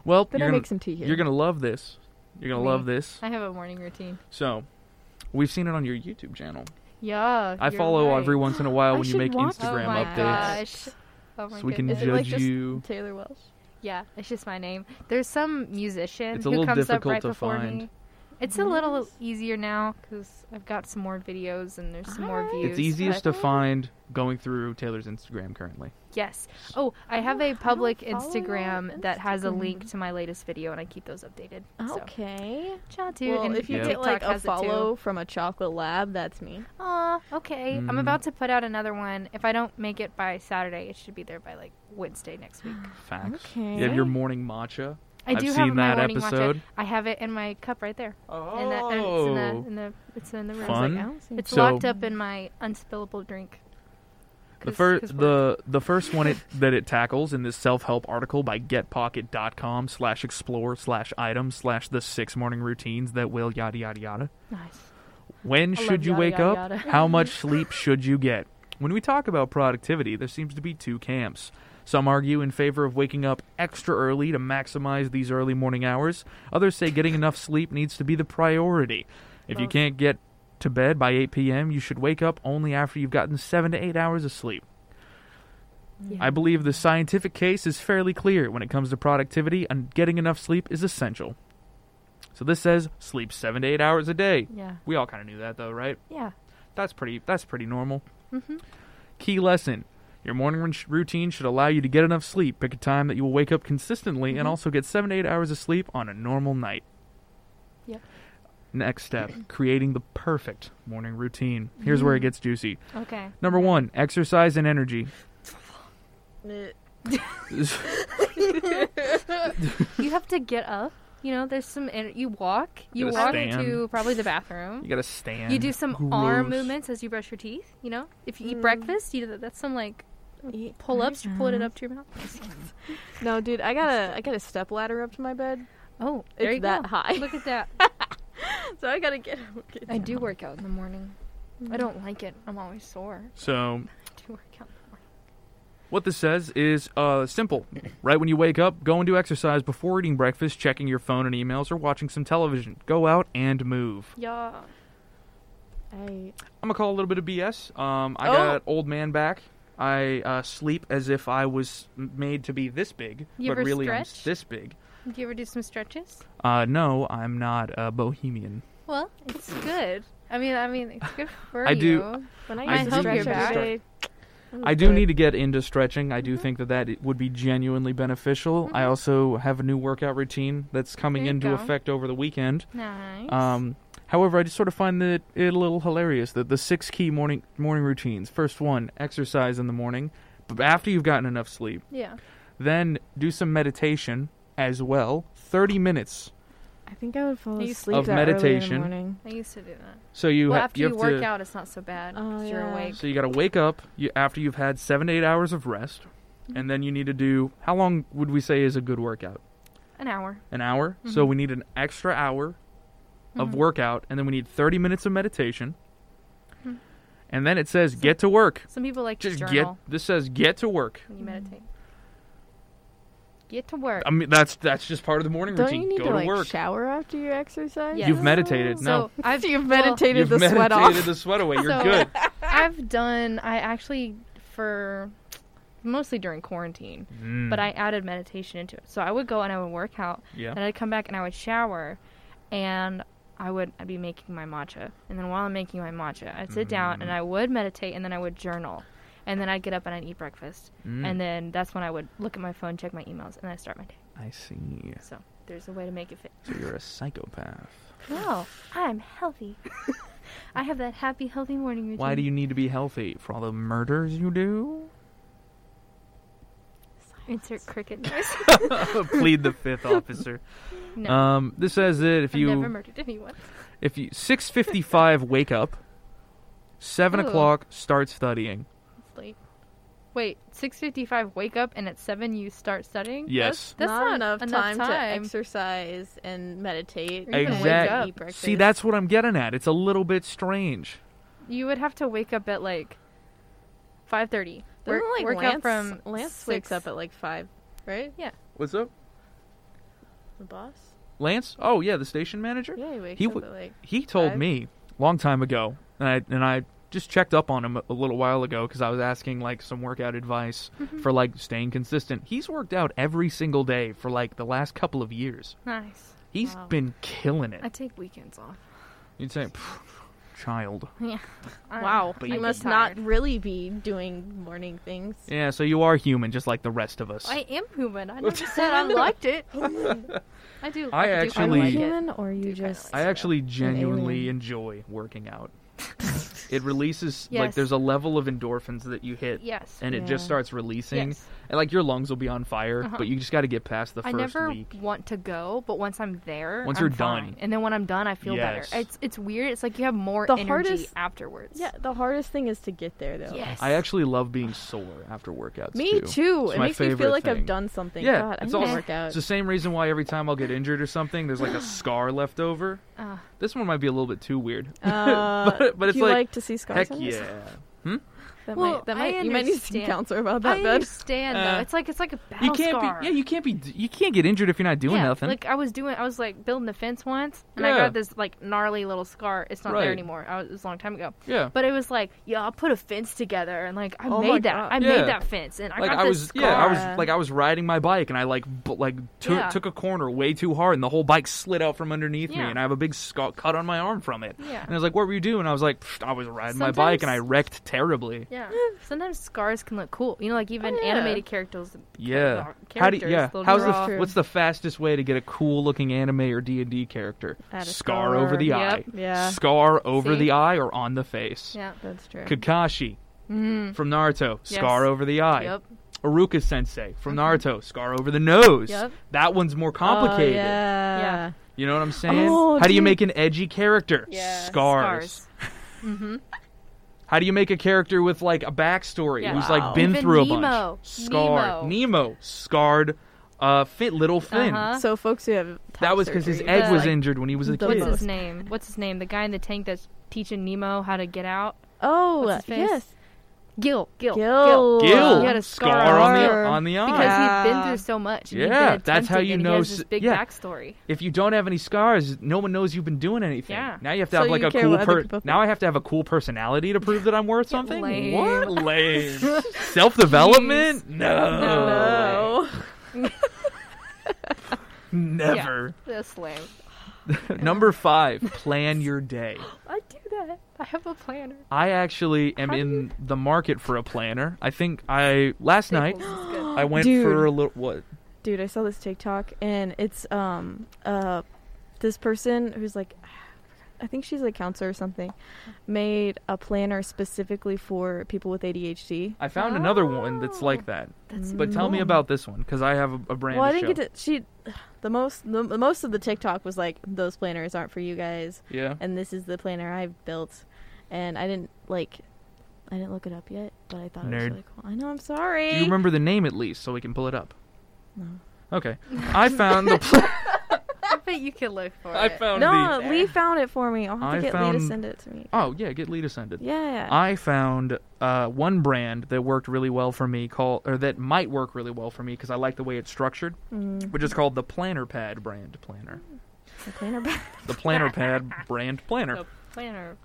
Speaker 1: Well,
Speaker 3: Then
Speaker 1: you're
Speaker 3: I
Speaker 1: gonna,
Speaker 3: make some tea here.
Speaker 1: you're gonna love this. You're gonna
Speaker 2: Me.
Speaker 1: love this.
Speaker 2: I have a morning routine.
Speaker 1: So, we've seen it on your YouTube channel.
Speaker 2: Yeah.
Speaker 1: I
Speaker 2: you're
Speaker 1: follow
Speaker 2: right.
Speaker 1: every once in a
Speaker 3: I
Speaker 1: while when you
Speaker 3: should
Speaker 1: make
Speaker 3: watch
Speaker 2: Oh
Speaker 1: Instagram
Speaker 2: my
Speaker 1: updates,
Speaker 2: gosh. Oh my
Speaker 1: so we can
Speaker 2: goodness.
Speaker 3: Is it like
Speaker 1: judge
Speaker 3: just-
Speaker 1: you.
Speaker 3: Taylor Welsh.
Speaker 2: Yeah, it's just my name. There's some musician
Speaker 1: It's a
Speaker 2: who
Speaker 1: little
Speaker 2: comes up
Speaker 1: difficult
Speaker 2: right
Speaker 1: to
Speaker 2: before
Speaker 1: find.
Speaker 2: me. It's a little easier now because I've got some more videos and there's some more
Speaker 3: Alright.
Speaker 2: views.
Speaker 1: It's easiest
Speaker 2: but-
Speaker 1: to find going through Taylor's Instagram currently.
Speaker 2: Yes. Oh, I have
Speaker 3: I
Speaker 2: a
Speaker 3: don't
Speaker 2: public
Speaker 3: follow you on
Speaker 2: Instagram that has a
Speaker 3: Instagram.
Speaker 2: link to my latest video, and I keep those updated. So.
Speaker 3: Okay.
Speaker 2: Yeah, dude.
Speaker 3: well,
Speaker 2: and
Speaker 3: if you
Speaker 1: Yeah.
Speaker 3: get
Speaker 2: TikTok
Speaker 3: like a
Speaker 2: has it too.
Speaker 3: follow from a chocolate lab, that's me.
Speaker 2: Aw, okay. I'm
Speaker 1: Mhm.
Speaker 2: about to put out another one. If I don't make it by Saturday, it should be there by like Wednesday next week.
Speaker 1: Facts.
Speaker 3: Okay.
Speaker 1: You have your morning matcha.
Speaker 2: I
Speaker 1: I've
Speaker 2: do
Speaker 1: seen
Speaker 2: have my
Speaker 1: that
Speaker 2: morning matcha.
Speaker 1: episode.
Speaker 2: I have it in my cup right there.
Speaker 1: Oh,
Speaker 2: And, that, and it's in the, in the it's in the room.
Speaker 1: Fun. Fun.
Speaker 3: I was like, I don't see
Speaker 2: It's
Speaker 1: So-
Speaker 2: locked up in my unspillable drink.
Speaker 1: the
Speaker 2: 'Cause- 'cause
Speaker 1: first
Speaker 2: we're-
Speaker 1: the the first one it that it tackles in this self help article by getpocket.com slash explore slash item slash the six morning routines that will yada yada yada.
Speaker 2: nice.
Speaker 1: When
Speaker 3: I love
Speaker 1: should you
Speaker 3: yada,
Speaker 1: wake
Speaker 3: yada,
Speaker 1: up?
Speaker 3: yada.
Speaker 1: How much sleep should you get? When we talk about productivity, there seems to be two camps. Some argue in favor of waking up extra early to maximize these early morning hours. Others say getting enough sleep needs to be the priority. If you
Speaker 2: Both.
Speaker 1: can't get to bed by 8 p.m., you should wake up only after you've gotten 7 to 8 hours of sleep. I believe the scientific case is fairly clear when it comes to productivity, and getting enough sleep is essential. So this says sleep 7 to 8 hours a day.
Speaker 2: Yeah.
Speaker 1: We all kind of knew that though, right?
Speaker 2: Yeah.
Speaker 1: That's pretty that's pretty normal.
Speaker 2: Mm-hmm.
Speaker 1: Key lesson your morning run- routine should allow you to get enough sleep. Pick a time that you will wake up consistently and
Speaker 2: Mhm.
Speaker 1: also get seven to eight hours of sleep on a normal night.
Speaker 2: Yep.
Speaker 1: Next step creating the perfect morning routine. Here's where it
Speaker 2: Mm-hmm.
Speaker 1: gets juicy.
Speaker 2: Okay.
Speaker 1: Number one, exercise and energy.
Speaker 3: Meh.
Speaker 2: you have to get up. You know, there's some. ener- You walk. You
Speaker 1: Gotta
Speaker 2: walk
Speaker 1: stand.
Speaker 2: to probably the bathroom.
Speaker 1: You gotta stand.
Speaker 2: You do some arm
Speaker 1: Gross.
Speaker 2: movements as you brush your teeth. You know, if you eat
Speaker 3: Mm.
Speaker 2: breakfast, you do that. That's some like
Speaker 3: Eat
Speaker 2: pull ups. You're pulling it
Speaker 3: breakfast.
Speaker 2: up to your mouth.
Speaker 3: No, dude, I got to I got a step ladder up to my bed.
Speaker 2: Oh, there
Speaker 3: it's
Speaker 2: you
Speaker 3: that
Speaker 2: go.
Speaker 3: high.
Speaker 2: Look at that.
Speaker 3: so I gotta get up. Get
Speaker 2: I do work out in the morning. I don't like it. I'm always sore.
Speaker 1: So,
Speaker 2: I do Mm. work out. in the morning.
Speaker 1: What this says is uh, simple. Right when you wake up, go and do exercise before eating breakfast, checking your phone and emails, or watching some television. Go out and move.
Speaker 2: Yeah.
Speaker 3: I
Speaker 1: I'm gonna call a little bit of BS. Um, I
Speaker 3: Oh.
Speaker 1: got old man back. I uh, sleep as if I was m- made to be this big,
Speaker 2: You
Speaker 1: but
Speaker 2: ever
Speaker 1: really I'm
Speaker 2: stretch?
Speaker 1: this big.
Speaker 2: Do you ever do some stretches?
Speaker 1: Uh, no, I'm not a bohemian.
Speaker 2: Well, it's good. I mean, I mean, it's good for
Speaker 1: I
Speaker 2: you.
Speaker 1: do-
Speaker 3: when I
Speaker 1: I
Speaker 3: used to
Speaker 1: do
Speaker 3: stretch
Speaker 1: need to
Speaker 3: every
Speaker 1: stretch.
Speaker 3: day,
Speaker 1: I do need to get into stretching. I
Speaker 2: Mm-hmm.
Speaker 1: do think that that it would be genuinely beneficial. I
Speaker 2: Mhm.
Speaker 1: also have a new workout routine that's coming
Speaker 2: There you
Speaker 1: into
Speaker 2: go.
Speaker 1: effect over the weekend.
Speaker 2: Nice.
Speaker 1: Um, however, I just sort of find that it a little hilarious that the six key morning morning routines. First one, exercise in the morning, but after you've gotten enough sleep,
Speaker 2: yeah.
Speaker 1: then do some meditation as well. Thirty minutes.
Speaker 3: I think I would fall
Speaker 2: You
Speaker 3: asleep
Speaker 1: Of
Speaker 3: that
Speaker 1: meditation.
Speaker 3: Early in
Speaker 2: I used to do that.
Speaker 1: So you
Speaker 2: well,
Speaker 1: ha-
Speaker 2: after
Speaker 1: you
Speaker 2: you,
Speaker 1: have
Speaker 2: work
Speaker 1: to,
Speaker 2: out, it's not so bad.
Speaker 3: Oh,
Speaker 2: 'cause you're
Speaker 3: yeah.
Speaker 2: awake.
Speaker 1: So you got to wake up you, after you've had seven to eight hours of rest,
Speaker 2: Mm-hmm.
Speaker 1: and then you need to do how long would we say is a good workout?
Speaker 2: An hour.
Speaker 1: An hour. So
Speaker 2: Mhm.
Speaker 1: we need an extra hour of
Speaker 2: Mhm.
Speaker 1: workout, and then we need thirty minutes of meditation.
Speaker 2: Mhm.
Speaker 1: And then it says get to work.
Speaker 2: Some people like
Speaker 1: Just
Speaker 2: to
Speaker 1: get
Speaker 2: journal
Speaker 1: this says get to work.
Speaker 2: when you meditate. Get to work.
Speaker 1: I mean, that's that's just part of the morning
Speaker 3: the morning. Don't
Speaker 1: routine.
Speaker 3: you need
Speaker 1: Go to,
Speaker 3: to, like
Speaker 1: work.
Speaker 3: shower after you exercise?
Speaker 2: Yes. You've
Speaker 1: meditated. no.
Speaker 2: So I've
Speaker 3: You've
Speaker 2: well,
Speaker 3: meditated
Speaker 1: You've
Speaker 3: the
Speaker 1: meditated
Speaker 3: sweat off.
Speaker 1: the sweat away. You're
Speaker 2: So-
Speaker 1: good.
Speaker 2: I've done. I actually for mostly during quarantine, but
Speaker 1: Hmm.
Speaker 2: I added meditation into it. So I would go and I would work out,
Speaker 1: yeah.
Speaker 2: and I'd come back and I would shower, and I would I'd be making my matcha, and then while I'm making my matcha, I'd sit down and
Speaker 1: Mm.
Speaker 2: I would meditate, and then I would journal, and then I'd get up and I'd eat breakfast,
Speaker 1: Mm.
Speaker 2: and then that's when I would look at my phone, check my emails, and I start my day.
Speaker 1: I see.
Speaker 2: So there's a way to make it fit.
Speaker 1: So you're a psychopath.
Speaker 2: No, I'm healthy. I have that happy, healthy morning routine.
Speaker 1: Why do you need to be healthy for all the murders you do?
Speaker 2: insert cricket noise?
Speaker 1: Plead the fifth, officer.
Speaker 2: no,
Speaker 1: Um, this says that if
Speaker 2: I've never
Speaker 1: you
Speaker 2: murdered anyone.
Speaker 1: if you six fifty five wake up, seven
Speaker 2: Ooh.
Speaker 1: o'clock start studying.
Speaker 2: Sleep. Wait, 6:55 wake up and at 7 you start studying?
Speaker 1: Yes.
Speaker 2: That's
Speaker 3: not,
Speaker 2: not
Speaker 3: enough,
Speaker 2: enough
Speaker 3: time,
Speaker 2: time.
Speaker 3: to exercise and meditate.
Speaker 2: Or even
Speaker 1: wake
Speaker 2: Exact- up.
Speaker 3: Eat breakfast.
Speaker 1: See, that's what I'm getting at. It's a little bit strange.
Speaker 2: You would have to wake up at like 5:30.
Speaker 3: Doesn't,
Speaker 2: Work-
Speaker 3: like
Speaker 2: work
Speaker 3: Lance,
Speaker 2: out from
Speaker 3: Lance
Speaker 2: six.
Speaker 3: wakes up at like five, right?
Speaker 1: What's up,
Speaker 3: The boss.
Speaker 1: Lance? Oh yeah, the station manager.
Speaker 3: Yeah, he wakes
Speaker 1: He
Speaker 3: up
Speaker 1: w-
Speaker 3: at like.
Speaker 1: He told
Speaker 3: Five?
Speaker 1: me long time ago, and I and I just checked up on him a, a little while ago because I was asking like some workout advice
Speaker 2: Mm-hmm.
Speaker 1: for like staying consistent. He's worked out every single day for like the last couple of years.
Speaker 2: Nice.
Speaker 1: He's
Speaker 3: Wow.
Speaker 1: been killing
Speaker 2: I
Speaker 1: it.
Speaker 2: take weekends off.
Speaker 1: You'd say, "Pff, child.
Speaker 2: I'm-
Speaker 3: wow,
Speaker 1: But
Speaker 3: you
Speaker 1: you-
Speaker 3: must
Speaker 2: tired.
Speaker 3: not really be doing morning things.
Speaker 1: Yeah, so you are human, just like the rest of us.
Speaker 2: I am human. I never said I liked it. I do.
Speaker 1: I
Speaker 2: do
Speaker 1: actually-
Speaker 2: kinda like it.
Speaker 5: human or you
Speaker 2: Dude, kinda
Speaker 5: just
Speaker 2: like-
Speaker 1: I actually genuinely
Speaker 5: alien.
Speaker 1: enjoy working out. it releases like
Speaker 2: Yes.
Speaker 1: there's a level of endorphins that you hit,
Speaker 2: Yes.
Speaker 1: and it
Speaker 5: Yeah.
Speaker 1: just starts releasing,
Speaker 2: yes.
Speaker 1: and like your lungs will be on fire,
Speaker 2: Uh-huh.
Speaker 1: but you just got to get past the
Speaker 2: I
Speaker 1: first
Speaker 2: never
Speaker 1: week.
Speaker 2: want to go, but once I'm there,
Speaker 1: Once
Speaker 2: I'm
Speaker 1: you're done.
Speaker 2: fine. and then when I'm done, I feel
Speaker 1: Yes.
Speaker 2: better. It's it's weird. It's like you have more
Speaker 3: The
Speaker 2: energy
Speaker 3: hardest-
Speaker 2: afterwards.
Speaker 3: Yeah, the hardest thing is to get there though.
Speaker 2: Yes.
Speaker 1: I actually love being sore after workouts.
Speaker 3: Me
Speaker 1: too.
Speaker 3: too.
Speaker 1: It's
Speaker 3: it
Speaker 1: my
Speaker 3: makes me feel
Speaker 1: favorite
Speaker 3: like
Speaker 1: thing.
Speaker 3: I've done something.
Speaker 1: Yeah,
Speaker 3: God, I
Speaker 1: it's
Speaker 3: need to
Speaker 1: awesome.
Speaker 3: work out.
Speaker 1: It's the same reason why every time I'll get injured or something, there's like a scar left over.
Speaker 2: Ah.
Speaker 1: This one might be a little bit too weird.
Speaker 3: Uh,
Speaker 1: But- but it's
Speaker 3: do you
Speaker 1: like,
Speaker 3: like, to see scars.
Speaker 1: Heck
Speaker 3: on yourself?
Speaker 1: yeah.
Speaker 3: That
Speaker 2: Well,
Speaker 3: might, that
Speaker 2: I
Speaker 3: might, you might need to see a
Speaker 2: understand.
Speaker 3: counselor about
Speaker 2: I
Speaker 3: that then.
Speaker 2: understand
Speaker 1: Uh,
Speaker 2: though. It's like it's like a battle
Speaker 1: You can't
Speaker 2: scar.
Speaker 1: be. Yeah, you can't be. You can't get injured if you're not doing
Speaker 2: Yeah,
Speaker 1: nothing.
Speaker 2: Like I was doing, I was like building a fence once, and I
Speaker 1: Yeah.
Speaker 2: got this like gnarly little scar. It's not
Speaker 1: Right.
Speaker 2: there anymore. I was, it was a long time ago.
Speaker 1: yeah.
Speaker 2: But it was like, yeah, I put a fence together, and like I
Speaker 3: Oh my
Speaker 2: made that.
Speaker 3: God.
Speaker 2: I
Speaker 1: Yeah.
Speaker 2: made that fence, and I
Speaker 1: like
Speaker 2: got
Speaker 1: I
Speaker 2: this
Speaker 1: was,
Speaker 2: scar.
Speaker 1: yeah, I was
Speaker 3: scar.
Speaker 1: like I was riding my bike and I like b- like took
Speaker 2: Yeah.
Speaker 1: took a corner way too hard and the whole bike slid out from underneath me
Speaker 2: Yeah.
Speaker 1: and I have a big scar cut on my arm from it.
Speaker 2: Yeah.
Speaker 1: And I was like, "What were you doing?" I was like, "Pfft, "I was riding my bike and I
Speaker 2: Sometimes-
Speaker 1: wrecked terribly."
Speaker 2: Yeah. Sometimes scars can look cool. You know, like even
Speaker 3: yeah.
Speaker 2: animated characters.
Speaker 1: Oh,
Speaker 2: uh,
Speaker 1: Yeah.
Speaker 2: Characters,
Speaker 1: How do you, yeah?
Speaker 2: they'll
Speaker 1: How's the
Speaker 2: draw-
Speaker 1: f- what's the fastest way to get a cool looking anime or D and D character?
Speaker 3: Add a
Speaker 1: Scar over
Speaker 3: scar.
Speaker 1: the
Speaker 2: Yep.
Speaker 1: eye.
Speaker 3: Yeah.
Speaker 1: Scar over
Speaker 2: See?
Speaker 1: the eye or on the face.
Speaker 2: Yeah.
Speaker 3: That's true.
Speaker 1: Kakashi
Speaker 2: Mm.
Speaker 1: from Naruto,
Speaker 2: Yes.
Speaker 1: scar over the eye.
Speaker 2: Yep. Mm-hmm.
Speaker 1: Aruka Sensei from Naruto, scar over the nose.
Speaker 2: Yep.
Speaker 1: That one's more complicated.
Speaker 3: Oh, yeah.
Speaker 2: Yeah.
Speaker 1: You know what I'm saying?
Speaker 3: Oh,
Speaker 1: How do you
Speaker 3: dude.
Speaker 1: make an edgy character?
Speaker 3: Yeah.
Speaker 1: Scars.
Speaker 2: hmm
Speaker 1: How do you make a character with like a backstory
Speaker 2: Yeah.
Speaker 1: who's
Speaker 3: Wow.
Speaker 1: like been
Speaker 2: Even
Speaker 1: through a
Speaker 2: Nemo.
Speaker 1: bunch? Scarred.
Speaker 2: Nemo.
Speaker 1: Nemo scarred. Uh, fit little Finn.
Speaker 2: Uh-huh.
Speaker 3: So folks who have
Speaker 1: That was because his
Speaker 2: Surgery.
Speaker 1: egg
Speaker 2: Yeah.
Speaker 1: was
Speaker 2: Like,
Speaker 1: injured when he was a
Speaker 3: the
Speaker 1: kid.
Speaker 2: What's
Speaker 3: most.
Speaker 2: his name? What's his name? The guy in the tank that's teaching Nemo how to get out.
Speaker 3: Oh
Speaker 2: What's his face?
Speaker 3: yes,
Speaker 2: Gil. Gil.
Speaker 3: Gil.
Speaker 1: Gil
Speaker 2: He had a
Speaker 1: scar,
Speaker 2: scar.
Speaker 1: on the on the
Speaker 2: Because
Speaker 1: arm.
Speaker 3: Yeah.
Speaker 2: he'd been through so much. And he'd
Speaker 1: Yeah,
Speaker 2: been
Speaker 1: that's how
Speaker 2: attempting,
Speaker 1: you
Speaker 2: and
Speaker 1: know
Speaker 2: He has this
Speaker 1: s-
Speaker 2: big
Speaker 1: yeah.
Speaker 2: backstory.
Speaker 1: If you don't have any scars, no one knows you've been doing anything.
Speaker 2: Yeah.
Speaker 1: Now you have to
Speaker 3: So
Speaker 1: have like
Speaker 3: you
Speaker 1: a
Speaker 3: care
Speaker 1: cool
Speaker 3: what other
Speaker 1: per-
Speaker 3: people think.
Speaker 1: Now I have to have a cool personality to prove that I'm worth something.
Speaker 2: lame.
Speaker 1: What lame? Self development? No.
Speaker 3: No.
Speaker 1: Never.
Speaker 2: That's lame.
Speaker 1: Number five, plan your day.
Speaker 2: I do that. I have a planner.
Speaker 1: I actually am in the market for a planner. I think I last night
Speaker 2: Staples is good.
Speaker 1: I went
Speaker 3: Dude.
Speaker 1: for a little what?
Speaker 3: Dude, I saw this TikTok and it's um uh this person who's like I think she's a counselor or something made a planner specifically for people with ADHD.
Speaker 1: I found another one that's like that.
Speaker 2: That's
Speaker 1: But tell me
Speaker 3: cool.
Speaker 1: about this one because I have a, a brand.
Speaker 3: well, I
Speaker 1: to
Speaker 3: didn't
Speaker 1: show.
Speaker 3: get to she the most the, the most of the TikTok was like those planners aren't for you guys
Speaker 1: Yeah.
Speaker 3: and this is the planner I've built and I didn't like I didn't look it up yet, but I thought it was
Speaker 1: Nerd.
Speaker 3: really cool. I know, I'm sorry.
Speaker 1: Do you remember the name at least so we can pull it up?
Speaker 3: No.
Speaker 1: Okay. I found the. Pl-
Speaker 2: I bet you could look for
Speaker 1: I
Speaker 2: it.
Speaker 1: found
Speaker 3: No,
Speaker 1: the.
Speaker 3: Lee found it for me. I'll have
Speaker 1: I
Speaker 3: to get Lee
Speaker 1: found-
Speaker 3: to send it to me.
Speaker 1: Oh yeah, get Lee to send it.
Speaker 3: Yeah.
Speaker 1: I found uh, one brand that worked really well for me, call or that might work really well for me because I like the way it's structured,
Speaker 3: Mm,
Speaker 1: which is called the Planner Pad brand planner.
Speaker 3: the planner back.
Speaker 1: The Planner Pad brand planner.
Speaker 2: The planner.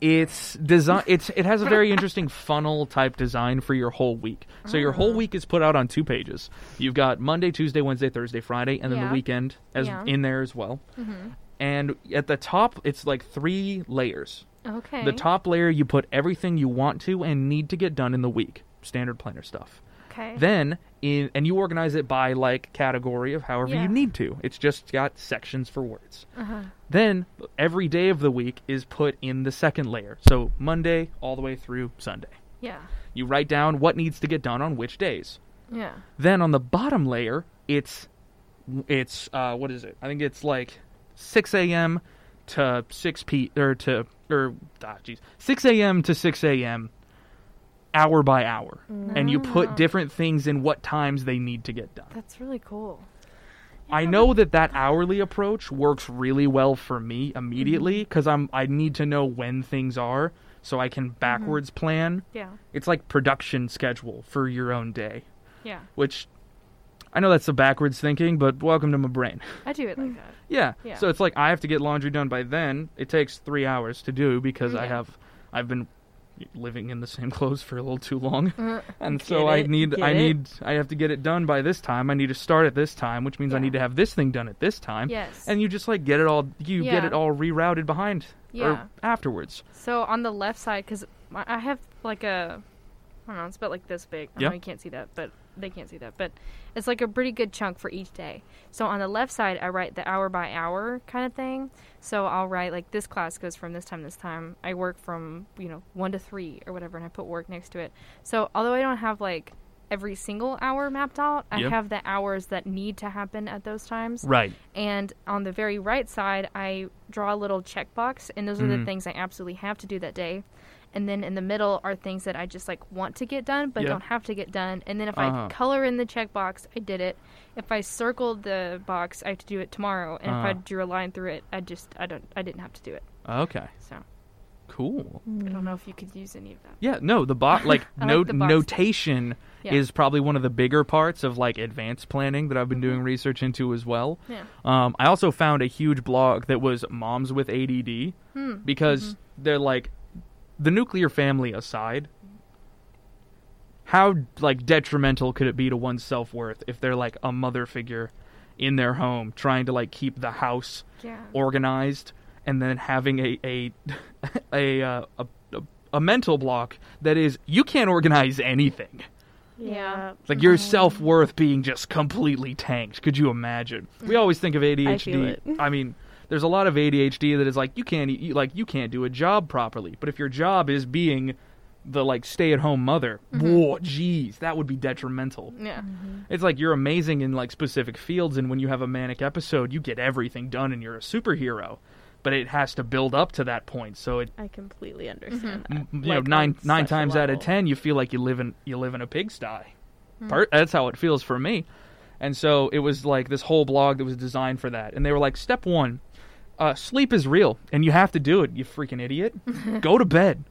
Speaker 1: It's design. It's it has a very interesting funnel type design for your whole week. So your whole week is put out on two pages. You've got Monday, Tuesday, Wednesday, Thursday, Friday, and then
Speaker 2: Yeah.
Speaker 1: the weekend as
Speaker 2: Yeah.
Speaker 1: in there as well.
Speaker 2: Mm-hmm.
Speaker 1: And at the top, it's like three layers.
Speaker 2: Okay.
Speaker 1: The top layer, you put everything you want to and need to get done in the week. Standard planner stuff.
Speaker 2: Okay.
Speaker 1: Then, in, and you organize it by like category of however
Speaker 2: Yeah.
Speaker 1: you need to. It's just got sections for words.
Speaker 2: uh-huh.
Speaker 1: Then, every day of the week is put in the second layer. So, Monday all the way through Sunday.
Speaker 2: Yeah.
Speaker 1: You write down what needs to get done on which days.
Speaker 2: Yeah.
Speaker 1: Then, on the bottom layer, it's, it's, uh, what is it? I think it's like 6 a.m. to 6 p. or to, or, ah, jeez, 6 a.m. to 6 a.m. hour by hour, and you
Speaker 2: Ah.
Speaker 1: put different things in what times they need to get done.
Speaker 2: That's really cool.
Speaker 1: I know that that hourly approach works really well for me immediately
Speaker 3: Mm-hmm.
Speaker 1: because I'm I need to know when things are so I can
Speaker 3: Mm-hmm.
Speaker 1: backwards plan.
Speaker 2: Yeah.
Speaker 1: It's like production schedule for your own day,
Speaker 2: Yeah.
Speaker 1: which I know that's the backwards thinking, but welcome to my brain.
Speaker 2: I do it like
Speaker 1: Mm.
Speaker 2: that.
Speaker 1: yeah.
Speaker 2: Yeah.
Speaker 1: So it's like I have to get laundry done by then. It takes three hours to do because I
Speaker 3: Mm-hmm.
Speaker 2: Yeah.
Speaker 1: have I've been living in the same clothes for a little too long.
Speaker 2: Uh,
Speaker 1: And
Speaker 3: Get
Speaker 1: so I
Speaker 3: it,
Speaker 1: need
Speaker 3: get
Speaker 1: I
Speaker 3: it.
Speaker 1: need I have to get it done by this time. I need to start at this time, which means I
Speaker 2: Yeah.
Speaker 1: need to have this thing done at this time.
Speaker 2: yes.
Speaker 1: And you just like get it all you get
Speaker 2: Yeah.
Speaker 1: it all rerouted behind
Speaker 2: Yeah.
Speaker 1: or afterwards.
Speaker 2: So on the left side, because I have like a, I don't know, it's about like this big. I
Speaker 1: Yeah.
Speaker 2: know you can't see that, but they can't see that. But it's like a pretty good chunk for each day. So on the left side, I write the hour by hour kind of thing. So I'll write like this class goes from this time to this time. I work from you know one to three or whatever, and I put work next to it. So although I don't have like every single hour mapped out, I
Speaker 1: Yep.
Speaker 2: have the hours that need to happen at those times.
Speaker 1: Right.
Speaker 2: And on the very right side, I draw a little checkbox, and those are the
Speaker 1: Mhm.
Speaker 2: things I absolutely have to do that day. And then in the middle are things that I just like want to get done, but
Speaker 1: Yeah.
Speaker 2: don't have to get done. And then if
Speaker 1: Uh-huh.
Speaker 2: I color in the checkbox, I did it. If I circled the box, I have to do it tomorrow. And if I
Speaker 1: Uh-huh.
Speaker 2: drew a line through it, I just I don't I didn't have to do it.
Speaker 1: Okay.
Speaker 2: So
Speaker 1: Cool.
Speaker 2: I don't know if you could use any of that.
Speaker 1: Yeah, no, the bot like
Speaker 2: Mm. I like
Speaker 1: note
Speaker 2: the box.
Speaker 1: notation
Speaker 2: Yeah.
Speaker 1: is probably one of the bigger parts of like advanced planning that I've been doing
Speaker 2: Mm-hmm.
Speaker 1: research into as well.
Speaker 2: Yeah.
Speaker 1: Um, I also found a huge blog that was moms with ADD because they're like the nuclear family aside. How like detrimental could it be to one's self worth if they're like a mother figure in their home trying to like keep the house
Speaker 2: Yeah.
Speaker 1: organized and then having a a a, uh, a, a a mental block that is you can't organize anything.
Speaker 2: Yeah.
Speaker 1: Like your self worth being just completely tanked. Could you imagine? We always think of ADHD.
Speaker 3: I feel it.
Speaker 1: I mean, there's a lot of ADHD that is like you can't eat, like you can't do a job properly. But if your job is being the like stay at home mother,
Speaker 3: Mm-hmm.
Speaker 1: whoa, jeez, that would be detrimental.
Speaker 2: Yeah.
Speaker 1: It's like you're amazing in like specific fields, and when you have a manic episode, you get everything done, and you're a superhero. But it has to build up to that point, so it
Speaker 3: I completely
Speaker 2: Mm-hmm.
Speaker 3: understand
Speaker 1: m-
Speaker 3: that.
Speaker 1: you know
Speaker 3: Like,
Speaker 1: nine
Speaker 3: on
Speaker 1: nine
Speaker 3: such a
Speaker 1: times out of
Speaker 3: level. Hmm.
Speaker 1: ten you feel like you live in you live in a pigsty Per- that's how it feels for me and so it was like this whole blog that was designed for that and they were like step one uh, sleep is real and you have to do it you freaking idiot go to bed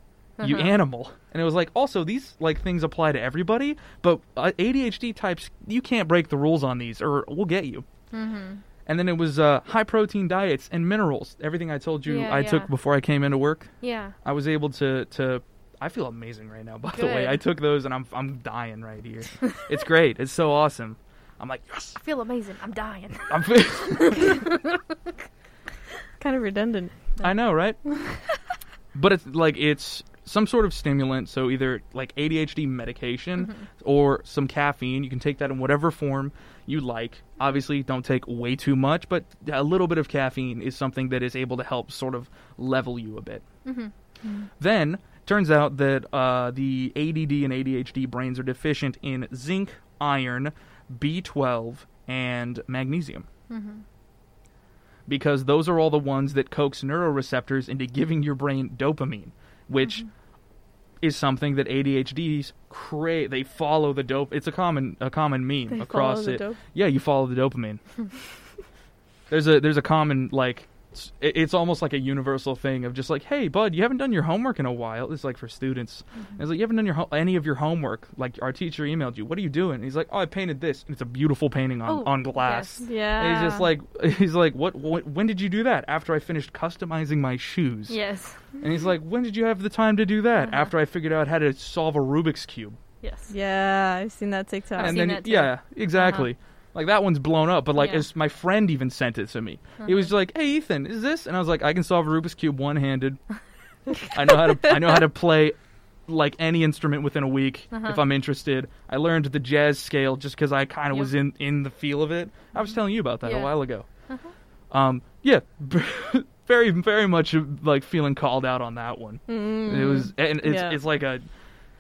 Speaker 1: you
Speaker 3: Uh-huh.
Speaker 1: animal and it was like also these like things apply to everybody but uh, adhd types you can't break the rules on these or we'll get you
Speaker 3: Mm-hmm.
Speaker 1: and then it was uh, high protein diets and minerals everything i told you
Speaker 2: Yeah,
Speaker 1: i
Speaker 2: yeah.
Speaker 1: took before i came into work
Speaker 2: Yeah.
Speaker 1: I was able to to I feel amazing right now. By the
Speaker 2: Good.
Speaker 1: way, I took those and I'm I'm dying right here. it's great. It's so awesome. I'm like yes.
Speaker 2: I feel amazing. I'm dying.
Speaker 1: I'm fe-
Speaker 3: Kind of redundant.
Speaker 1: I know, right? but it's like it's some sort of stimulant, so either like ADHD medication or some caffeine. You can take that in whatever form you like. Obviously, don't take way too much, but a little bit of caffeine is something that is able to help sort of level you a bit. Then turns out that uh, the ADD and ADHD brains are deficient in zinc, iron, B12, and magnesium
Speaker 2: Mm-hmm.
Speaker 1: because those are all the ones that coax neuroreceptors into giving your brain dopamine, which
Speaker 3: Mm-hmm.
Speaker 1: is something that ADHDs crave. They follow the dope. It's a common a common meme
Speaker 3: They
Speaker 1: across
Speaker 3: follow the
Speaker 1: it.
Speaker 3: dope-
Speaker 1: Yeah, you follow the dopamine. there's a there's a common like s- it- it's almost like a universal thing of just like, hey, bud, you haven't done your homework in a while. It's like for students.
Speaker 3: Mm-hmm.
Speaker 1: It's like you haven't done your ho- any of your homework. Like our teacher emailed you, what are you doing? And he's like, oh, I painted this, and it's a beautiful painting on
Speaker 2: Oh,
Speaker 1: on glass.
Speaker 2: yes.
Speaker 3: Yeah.
Speaker 1: And he's just like, he's like, what, what? When did you do that? After I finished customizing my shoes.
Speaker 2: yes.
Speaker 1: And he's like, when did you have the time to do that?
Speaker 2: Uh-huh.
Speaker 1: After I figured out how to solve a Rubik's cube.
Speaker 2: Yes.
Speaker 3: Yeah, I've seen that TikTok.
Speaker 2: I've
Speaker 1: and then,
Speaker 2: seen that too. Uh-huh.
Speaker 1: yeah, exactly. Like that one's blown up. But like,
Speaker 2: Yeah. Uh-huh.
Speaker 1: it's, my friend even sent it to me. He was like, hey Ethan, is this? And I was like, I can solve a Rubik's cube one handed. I know how to. I know how to play. Like any instrument within a week, if
Speaker 2: Uh-huh.
Speaker 1: I'm interested, I learned the jazz scale just because I kind of
Speaker 2: Yep.
Speaker 1: was in in the feel of it. I was telling you about that a
Speaker 2: Mm-hmm. Yeah. Uh-huh.
Speaker 1: while ago. Um, yeah, very, very much uh, like feeling called out on that one. It was,
Speaker 2: Mm-hmm.
Speaker 1: and it's,
Speaker 3: Yeah.
Speaker 1: it's like a,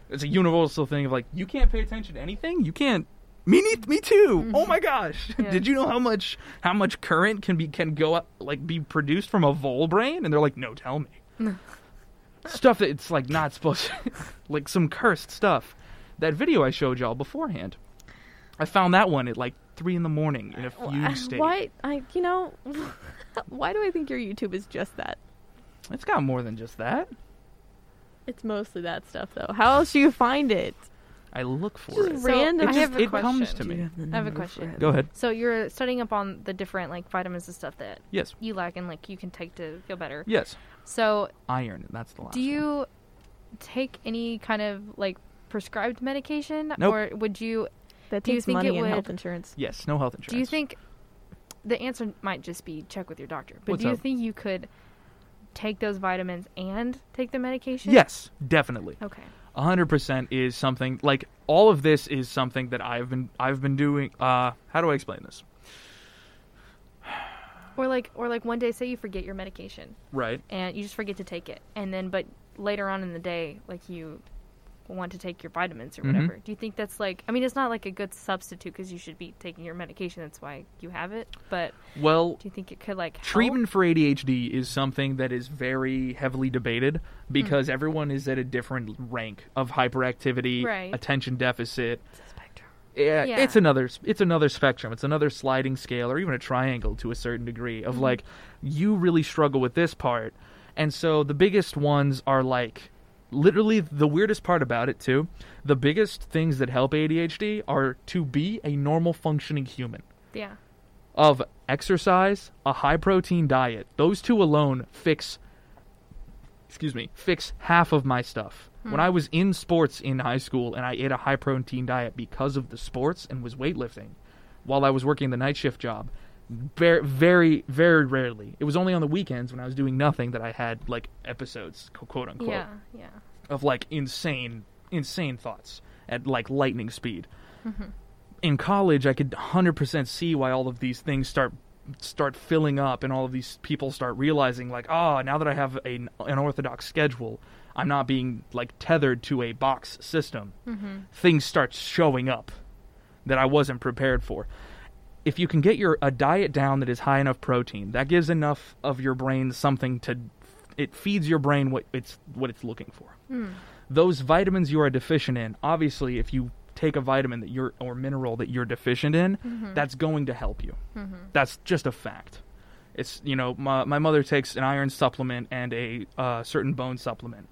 Speaker 1: it's a universal thing of like you can't pay attention to anything. You can't. Me, ne- me too. Oh my gosh!
Speaker 2: Mm-hmm. Yeah.
Speaker 1: Did you know how much how much current can be can go up like be produced from a vole brain? And they're like, no, tell me. stuff that it's like not supposed to, like some cursed stuff. That video I showed y'all beforehand, I found that one at like three in the morning in a fugue state.
Speaker 3: Why? I you know, why do I think your YouTube is just that?
Speaker 1: It's got more than just that.
Speaker 3: It's mostly that stuff though. How else do you find it?
Speaker 1: I look for
Speaker 3: Just
Speaker 1: it.
Speaker 2: So,
Speaker 3: random.
Speaker 2: I
Speaker 1: It
Speaker 2: have
Speaker 1: just
Speaker 2: a
Speaker 1: it comes
Speaker 2: question.
Speaker 1: to me.
Speaker 2: I have a question.
Speaker 1: Go ahead.
Speaker 2: So you're studying up on the different like vitamins and stuff that
Speaker 1: Yes.
Speaker 2: you lack and like you can take to feel better.
Speaker 1: Yes.
Speaker 2: So
Speaker 1: Iron. That's the last.
Speaker 2: do you take any kind of like prescribed medication,
Speaker 1: Nope.
Speaker 2: or would you?
Speaker 3: That
Speaker 2: Do you
Speaker 3: takes
Speaker 2: think
Speaker 3: money
Speaker 2: it
Speaker 3: and
Speaker 2: would-
Speaker 3: health insurance.
Speaker 1: Yes. No health insurance.
Speaker 2: Do you think the answer might just be check with your doctor? But
Speaker 1: What's
Speaker 2: do you
Speaker 1: up?
Speaker 2: think you could take those vitamins and take the medication?
Speaker 1: Yes. Definitely.
Speaker 2: Okay.
Speaker 1: A hundred percent is something like all of this is something that I've been I've been doing. Uh, how do I explain this?
Speaker 2: Or like, or like one day, say you forget your medication
Speaker 1: Right.
Speaker 2: and you just forget to take it, and then but later on in the day, like you want to take your vitamins or
Speaker 1: Mhm.
Speaker 2: whatever. Do you think that's like? I mean, it's not like a good substitute because you should be taking your medication. That's why you have it. But
Speaker 1: Well,
Speaker 2: do you think it could like help?
Speaker 1: treatment
Speaker 3: Oh.
Speaker 1: for ADHD is something that is very heavily debated because
Speaker 3: Hmm.
Speaker 1: everyone is at a different rank of hyperactivity,
Speaker 2: Right.
Speaker 1: attention deficit.
Speaker 3: It's a spectrum.
Speaker 1: Yeah,
Speaker 2: Yeah.
Speaker 1: it's another it's another spectrum. It's another sliding scale or even a triangle to a certain degree
Speaker 3: Mm-hmm.
Speaker 1: of like you really struggle with this part. And so the biggest ones are like literally the weirdest part about it too. The biggest things that help ADHD are to be a normal functioning human
Speaker 2: Yeah.
Speaker 1: of exercise, a high protein diet. Those two alone fix excuse me, fix half of my stuff. When I was in sports in high school and I ate a high protein diet because of the sports and was weightlifting while I was working the night shift job, very very very rarely. It was only on the weekends when I was doing nothing that I had like episodes, qu- quote unquote
Speaker 2: Yeah. Yeah.
Speaker 1: of like insane, insane thoughts at like lightning speed. In college, I could 100% see why all of these things start start filling up, and all of these people start realizing like, ah, now that I have a, an orthodox schedule, I'm not being like tethered to a box system. Things start showing up that I wasn't prepared for. If you can get your a diet down that is high enough protein, that gives enough of your brain something to it feeds your brain what it's what it's looking for those vitamins you are deficient in obviously if you take a vitamin that you're or mineral that you're deficient in that's going to help you that's just a fact it's you know my, my mother takes an iron supplement and a uh, certain bone supplement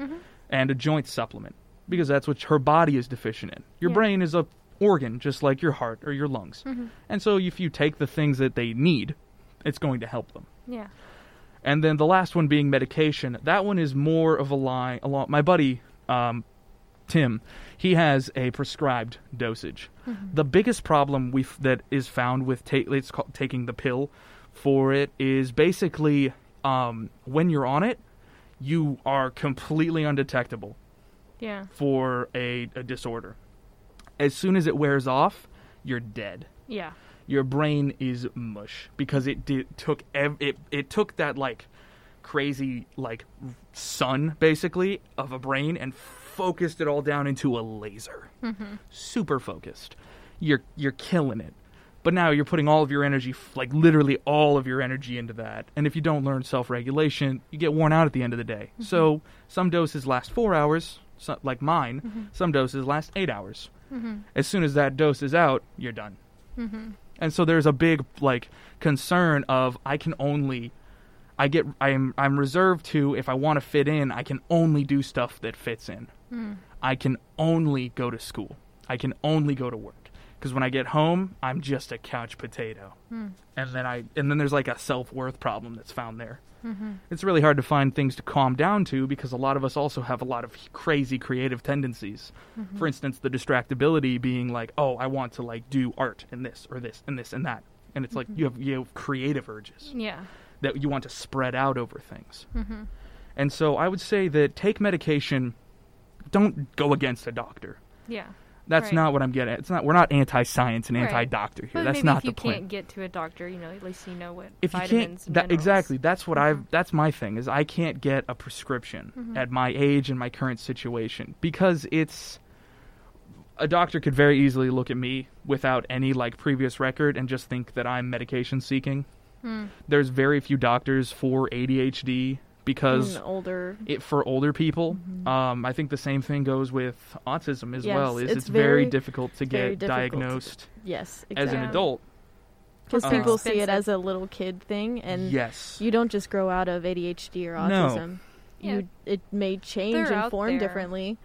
Speaker 1: and a joint supplement because that's what her body is deficient in your
Speaker 2: Yeah.
Speaker 1: brain is a organ just like your heart or your lungs and so if you take the things that they need it's going to help them
Speaker 2: Yeah.
Speaker 1: and then the last one being medication. That one is more of a line. Along my buddy, um, Tim, he has a prescribed dosage. The biggest problem we f- that is found with ta- it's called taking the pill for it is basically um, when you're on it, you are completely undetectable
Speaker 2: Yeah.
Speaker 1: for a, a disorder. As soon as it wears off, you're dead
Speaker 2: Yeah.
Speaker 1: your brain is mush because it did, took ev- it it took that like crazy like sun basically of a brain and focused it all down into a laser. Super focused. You're you're killing it. But now you're putting all of your energy f- like literally all of your energy into that. And if you don't learn self-regulation, you get worn out at the end of the day. So some doses last 4 hours, so, like mine. Some doses last 8 hours. As soon as that dose is out, you're done. And so there's a big like concern of I can only I get I'm I'm reserved to if I want to fit in, I can only do stuff that fits in. I can only go to school. I can only go to work because when I get home, I'm just a couch potato. And then I and then there's like a self-worth problem that's found there. It's really hard to find things to calm down to because a lot of us also have a lot of crazy creative tendencies. For instance, the distractibility being like, "Oh, I want to like do art and this or this and this and that." And it's like you have you have creative urges
Speaker 2: Yeah.
Speaker 1: that you want to spread out over things.
Speaker 2: Mm-hmm.
Speaker 1: And so I would say that take medication. Don't go against a doctor.
Speaker 2: Yeah.
Speaker 1: That's
Speaker 2: Right.
Speaker 1: not what I'm getting. at. It's not. We're not anti-science and
Speaker 2: Right.
Speaker 1: anti-doctor here.
Speaker 2: But
Speaker 1: That's
Speaker 2: maybe
Speaker 1: not
Speaker 2: if
Speaker 1: the
Speaker 2: you
Speaker 1: point.
Speaker 2: can't get to a doctor, you know, at least you know what
Speaker 1: if you
Speaker 2: vitamins.
Speaker 1: can't,
Speaker 2: and
Speaker 1: that,
Speaker 2: minerals.
Speaker 1: exactly. That's what
Speaker 3: Mm-hmm.
Speaker 1: I've. That's my thing. Is I can't get a prescription at my age and my current situation because it's. A doctor could very easily look at me without any like previous record and
Speaker 3: Hmm.
Speaker 1: just think that I'm medication seeking. There's very few doctors for ADHD because
Speaker 3: an older
Speaker 1: it for older people.
Speaker 2: uh,
Speaker 3: Mhm.
Speaker 1: Um, I think the same thing goes with autism as
Speaker 3: Yes,
Speaker 1: well. Is it's,
Speaker 3: it's
Speaker 1: very,
Speaker 3: very-
Speaker 1: difficult to
Speaker 3: it's very
Speaker 1: get
Speaker 3: difficult to get-
Speaker 1: diagnosed
Speaker 3: yes
Speaker 1: as an
Speaker 2: Yeah.
Speaker 3: exactly
Speaker 1: adult.
Speaker 3: because
Speaker 1: Uh,
Speaker 3: people see it
Speaker 2: expensive.
Speaker 3: as a little kid thing and
Speaker 1: yes,
Speaker 3: you don't just grow out of ADHD or
Speaker 1: No.
Speaker 3: autism
Speaker 2: Yeah.
Speaker 3: you it may change
Speaker 2: They're
Speaker 3: and
Speaker 2: out
Speaker 3: form
Speaker 2: there.
Speaker 3: differently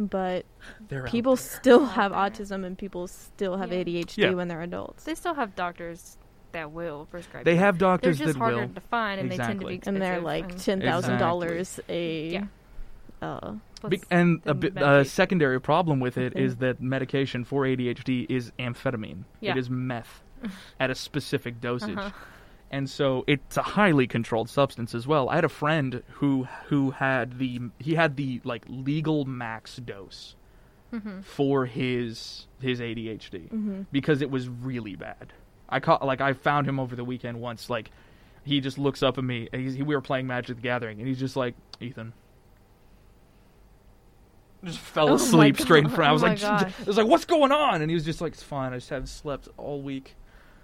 Speaker 3: but
Speaker 1: They're out
Speaker 3: people
Speaker 1: there.
Speaker 3: still
Speaker 2: Out
Speaker 3: have
Speaker 2: there.
Speaker 3: autism and people still have
Speaker 2: Yeah.
Speaker 3: ADHD
Speaker 1: Yeah.
Speaker 3: when they're adults
Speaker 2: They still have doctors that will prescribe.
Speaker 1: They
Speaker 2: it.
Speaker 1: have
Speaker 2: They're
Speaker 1: doctors
Speaker 2: just
Speaker 1: that
Speaker 2: harder
Speaker 1: will.
Speaker 2: to find, and they tend to be
Speaker 3: and
Speaker 2: expensive.
Speaker 3: they're like
Speaker 2: and
Speaker 3: ten thousand dollars a
Speaker 2: Yeah.
Speaker 3: uh,
Speaker 1: Be-
Speaker 2: plus- uh-huh.
Speaker 1: and a,
Speaker 2: than
Speaker 1: bi- a
Speaker 2: medication.
Speaker 1: secondary problem with it
Speaker 3: Okay.
Speaker 1: is that medication for ADHD is amphetamine.
Speaker 2: Mm-hmm. Yeah.
Speaker 1: It is meth at a specific dosage.
Speaker 2: Uh-huh.
Speaker 1: And so it's a highly controlled substance as well. I had a friend who who had the he had the like legal max dose
Speaker 2: Mhm.
Speaker 1: for his his ADHD
Speaker 3: mhm.
Speaker 1: because it was really bad. I caught like I found him over the weekend once. Like he just looks up at me. and He's, he, we were playing Magic the Gathering, and he's just like Ethan. Just fell
Speaker 3: Oh my
Speaker 1: asleep
Speaker 3: God.
Speaker 1: straight in front. I
Speaker 2: Oh
Speaker 1: was
Speaker 2: my
Speaker 1: like,
Speaker 2: gosh.
Speaker 1: I was like, what's going on? And he was just like, it's fine. I just haven't slept all week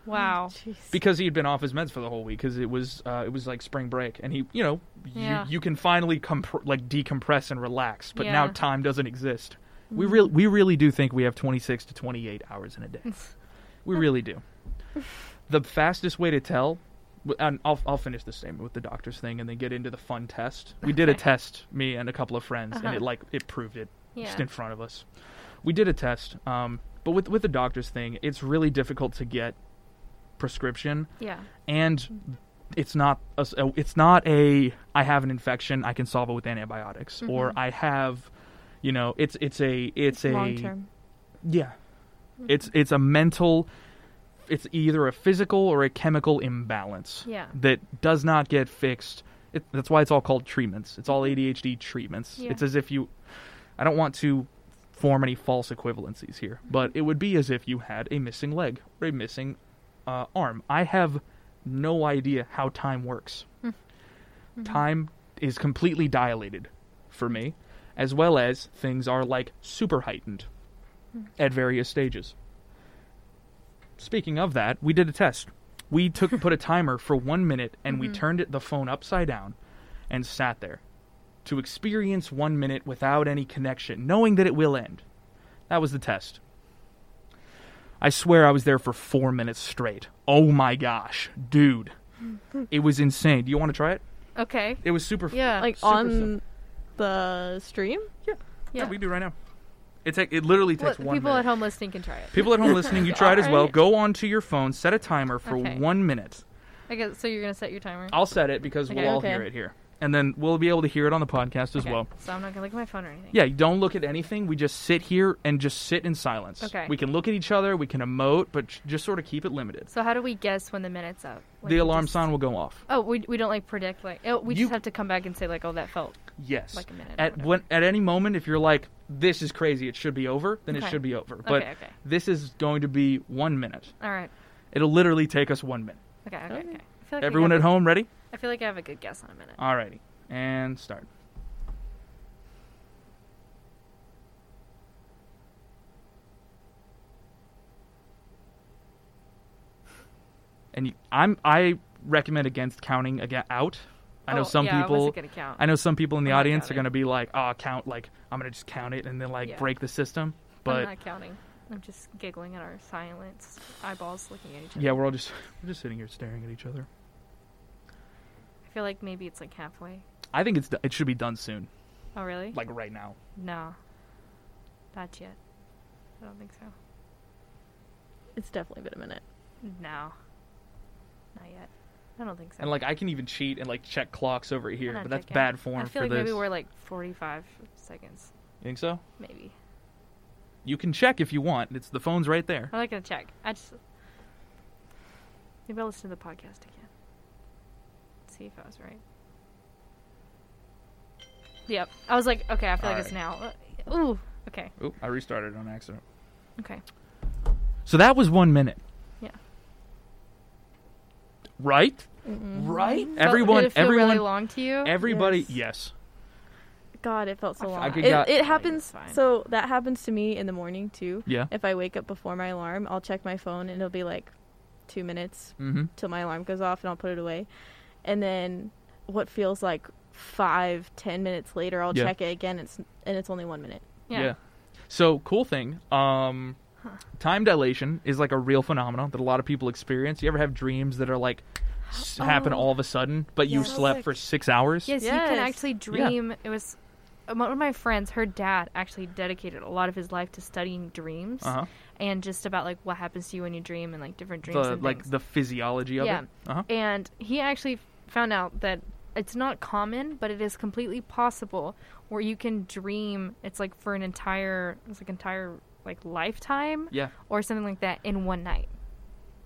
Speaker 2: Wow.
Speaker 3: Jeez.
Speaker 1: because he had been off his meds for the whole week because it was uh, it was like spring break, and he you know
Speaker 2: Yeah.
Speaker 1: you you can finally compr- like decompress and relax, but now
Speaker 2: Yeah. Mm-hmm.
Speaker 1: time doesn't exist. We really we really do think we have 26 to 28 hours in a day. We really do. The fastest way to tell, w- and I'll, I'll finish this statement with the doctor's thing and then get into the fun test. We did a
Speaker 2: Okay.
Speaker 1: test, me and a couple of friends, and
Speaker 2: Uh-huh.
Speaker 1: it like it proved it
Speaker 2: Yeah.
Speaker 1: just in front of us. We did a test, um, but with with the doctor's thing, it's really difficult to get prescription,
Speaker 2: Yeah.
Speaker 1: and it's not a s- a, it's not a I have an infection, I can solve it with antibiotics, or
Speaker 2: Mhm.
Speaker 1: I have, you know, it's it's a it's, a
Speaker 3: long term
Speaker 1: yeah. It's it's a mental it's either a physical or a chemical imbalance
Speaker 2: Yeah.
Speaker 1: that does not get fixed. It, that's why it's all called treatments. It's all ADHD treatments.
Speaker 2: Yeah.
Speaker 1: It's as if you I don't want to form any false equivalencies here, but it would be as if you had a missing leg or a missing uh, arm. I have no idea how time works. Time is completely dilated for me, as well as things are like super heightened at various stages. Speaking of that, we did a test. We took put a timer for one minute and
Speaker 2: Mm-hmm.
Speaker 1: we turned it, the phone upside down and sat there to experience one minute without any connection, knowing that it will end. That was the test. I swear I was there for four minutes straight. Oh my gosh, dude. It was insane. Do you want to try it?
Speaker 2: Okay.
Speaker 1: It was super.
Speaker 2: Yeah.
Speaker 3: like
Speaker 1: Super
Speaker 3: on
Speaker 1: simple.
Speaker 3: the stream
Speaker 1: yeah.
Speaker 2: yeah.
Speaker 1: we can do it right now. It, take, it literally
Speaker 2: Well,
Speaker 1: takes
Speaker 2: people
Speaker 1: one minute.
Speaker 2: at home listening can try it.
Speaker 1: People at home listening, you try it as well.
Speaker 3: Alright.
Speaker 1: Go onto your phone, set a timer for
Speaker 2: Okay.
Speaker 1: one minute.
Speaker 2: I guess so. You're gonna set your timer.
Speaker 1: I'll set it because
Speaker 2: Okay.
Speaker 1: we'll all
Speaker 3: Okay.
Speaker 1: hear it here. And then we'll be able to hear it on the podcast as
Speaker 2: Okay.
Speaker 1: well.
Speaker 2: So I'm not gonna look at my phone or anything.
Speaker 1: Yeah, you don't look at anything. We just sit here and just sit in silence.
Speaker 2: Okay.
Speaker 1: We can look at each other, we can emote, but j- just sort of keep it limited.
Speaker 2: So how do we guess when the minute's up? Like,
Speaker 1: the
Speaker 2: we
Speaker 1: alarm
Speaker 2: just-
Speaker 1: sign will go off.
Speaker 2: Oh, we, we don't like predict like. Oh, we
Speaker 1: You-
Speaker 2: just have to come back and say like, oh, that felt
Speaker 1: Yes.
Speaker 2: like a minute. or
Speaker 1: at
Speaker 2: whatever.
Speaker 1: when at any moment if you're like this is crazy, it should be over, then it
Speaker 2: Okay.
Speaker 1: should be over. But
Speaker 2: okay. Okay.
Speaker 1: this is going to be 1 minute.
Speaker 2: All right.
Speaker 1: It'll literally take us 1 minute.
Speaker 2: Okay. Okay.
Speaker 3: Okay.
Speaker 2: okay. I feel like I
Speaker 1: Everyone
Speaker 2: got
Speaker 1: at
Speaker 2: the-
Speaker 1: home ready?
Speaker 2: I feel like I have a good guess on a minute.
Speaker 1: Alrighty. And start. And you, I'm I recommend against counting again out. I know
Speaker 2: Oh,
Speaker 1: some
Speaker 2: yeah, I
Speaker 1: people
Speaker 2: wasn't gonna count.
Speaker 1: I know some people in the
Speaker 2: I'm not
Speaker 1: audience are
Speaker 2: counting.
Speaker 1: going to be like, "Oh, count like I'm going to just count it and then like
Speaker 2: Yeah.
Speaker 1: break the system."
Speaker 2: I'm
Speaker 1: But
Speaker 2: not counting. I'm just giggling at our silence, eyeballs looking at each other.
Speaker 1: yeah, we're all just we're just sitting here staring at each other.
Speaker 2: I feel like maybe it's like halfway.
Speaker 1: I think it's do- it should be done soon,
Speaker 2: Oh, really?
Speaker 1: like right now.
Speaker 2: no. Not yet. I don't think so.
Speaker 3: it's definitely been a minute
Speaker 2: No. Not yet. I don't think so.
Speaker 1: And like I can even cheat and like check clocks over
Speaker 2: I'm
Speaker 1: here,
Speaker 2: not
Speaker 1: but that's
Speaker 2: checking.
Speaker 1: bad form
Speaker 2: I feel
Speaker 1: for
Speaker 2: like
Speaker 1: this.
Speaker 2: maybe we're like 45 seconds,
Speaker 1: You think so?
Speaker 2: maybe.
Speaker 1: You can check if you want. It's the phone's right there.
Speaker 2: I'm not gonna check. I just maybe I'll listen to the podcast again. See if I was right. Yep. I was like, okay, I feel like it's now. Uh, Ooh. Okay.
Speaker 1: Oop, I restarted on accident.
Speaker 2: Okay.
Speaker 1: So that was one minute.
Speaker 2: Yeah.
Speaker 1: Right.
Speaker 3: Mm-hmm.
Speaker 1: Right. Everyone.
Speaker 2: Mm-hmm. Felt, did it feel
Speaker 1: everyone.
Speaker 2: really long to you.
Speaker 1: everybody.
Speaker 3: Yes.
Speaker 1: Yes.
Speaker 3: god it felt
Speaker 2: I
Speaker 3: so long
Speaker 2: feel- I
Speaker 1: could
Speaker 3: it,
Speaker 1: got-
Speaker 3: it
Speaker 2: Like,
Speaker 3: happens
Speaker 2: it's fine.
Speaker 3: so that happens to me in the morning too
Speaker 1: Yeah.
Speaker 3: if i wake up before my alarm i'll check my phone and it'll be like two minutes
Speaker 1: Mm-hmm.
Speaker 3: till my alarm goes off and I'll put it away. And then what feels like five, ten minutes later, I'll
Speaker 1: Yeah.
Speaker 3: check it again. It's and it's only one minute.
Speaker 2: Yeah.
Speaker 1: So cool thing. Um, time dilation is like a real phenomenon that a lot of people experience. You ever have dreams that are like s- happen
Speaker 3: Oh.
Speaker 1: all of a sudden, but you
Speaker 3: Yes. So
Speaker 1: slept
Speaker 3: sick.
Speaker 1: for six hours?
Speaker 2: Yes, you can
Speaker 3: Yes.
Speaker 2: actually dream. It was uh, one of my friends. Her dad actually dedicated a lot of his life to studying dreams
Speaker 1: Uh-huh.
Speaker 2: and just about like what happens to you when you dream and like different dreams.
Speaker 1: The
Speaker 2: and
Speaker 1: like
Speaker 2: things.
Speaker 1: the physiology of
Speaker 2: Yeah.
Speaker 1: it. Uh-huh.
Speaker 2: and he actually found out that it's not common, but it is completely possible where you can dream. It's like for an entire, it's like entire like lifetime
Speaker 1: Yeah.
Speaker 2: or something like that in one night.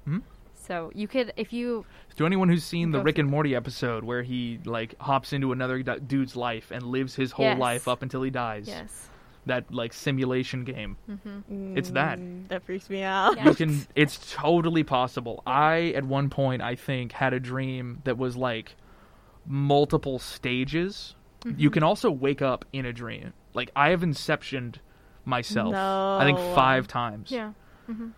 Speaker 1: Hmm?
Speaker 2: So you could, if you,
Speaker 1: To anyone who's seen the
Speaker 2: Go
Speaker 1: Rick
Speaker 2: through
Speaker 1: and Morty episode where he like hops into another du- dude's life and lives his whole
Speaker 2: Yes.
Speaker 1: life up until he dies.
Speaker 2: yes, Mm-hmm.
Speaker 1: That like simulation game. It's that.
Speaker 3: Mm, that freaks me out.
Speaker 2: Yeah.
Speaker 1: You can. It's totally possible. I at one point I think had a dream that was like multiple stages.
Speaker 2: Mm-hmm.
Speaker 1: You can also wake up in a dream. Like I have inceptioned myself. I think
Speaker 3: No.
Speaker 1: five times.
Speaker 2: yeah. hmm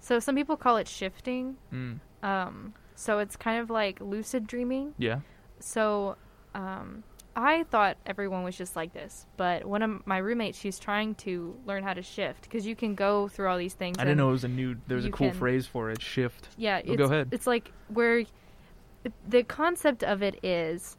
Speaker 2: So some people call it shifting.
Speaker 1: Mm,
Speaker 2: Um, so it's kind of like lucid dreaming.
Speaker 1: yeah.
Speaker 2: So, um, I thought everyone was just like this, but one of my roommates, she's trying to learn how to shift because you can go through all these things.
Speaker 1: I didn't
Speaker 2: and-
Speaker 1: know it was a new. There was a
Speaker 2: you
Speaker 1: cool
Speaker 2: can-
Speaker 1: phrase for it. Shift.
Speaker 2: Yeah,
Speaker 1: go
Speaker 2: it's,
Speaker 1: ahead.
Speaker 2: It's like where the concept of it is.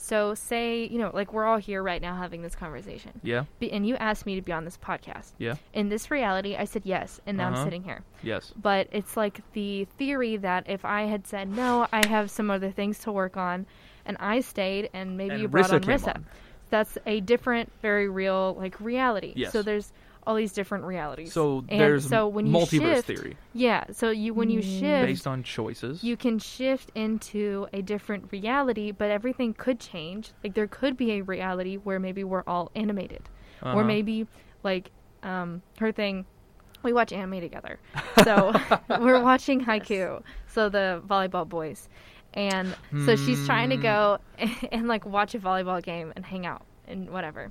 Speaker 2: So, say you know, like we're all here right now having this conversation,
Speaker 1: Yeah.
Speaker 2: Be- and you asked me to be on this podcast.
Speaker 1: Yeah.
Speaker 2: In this reality, I said yes, and now
Speaker 1: Uh-huh.
Speaker 2: I'm sitting here.
Speaker 1: Yes.
Speaker 2: But it's like the theory that if I had said no, I have some other things to work on, and I stayed, and maybe
Speaker 1: And
Speaker 2: you brought
Speaker 1: Rissa
Speaker 2: on
Speaker 1: came
Speaker 2: Rissa.
Speaker 1: on.
Speaker 2: That's a different, very real like reality.
Speaker 1: Yes.
Speaker 2: So there's all these different realities.
Speaker 1: So
Speaker 2: and
Speaker 1: there's
Speaker 2: so when you
Speaker 1: multiverse
Speaker 2: shift-
Speaker 1: theory
Speaker 2: Yeah. So you when you shift
Speaker 1: based on choices.
Speaker 2: you can shift into a different reality, but everything could change. Like there could be a reality where maybe we're all animated,
Speaker 1: Uh-huh.
Speaker 2: or maybe like um, her thing. We watch anime together, so we're watching Haiku. So the volleyball boys, and so she's trying to go
Speaker 1: Hmm.
Speaker 2: and like watch a volleyball game and hang out and whatever,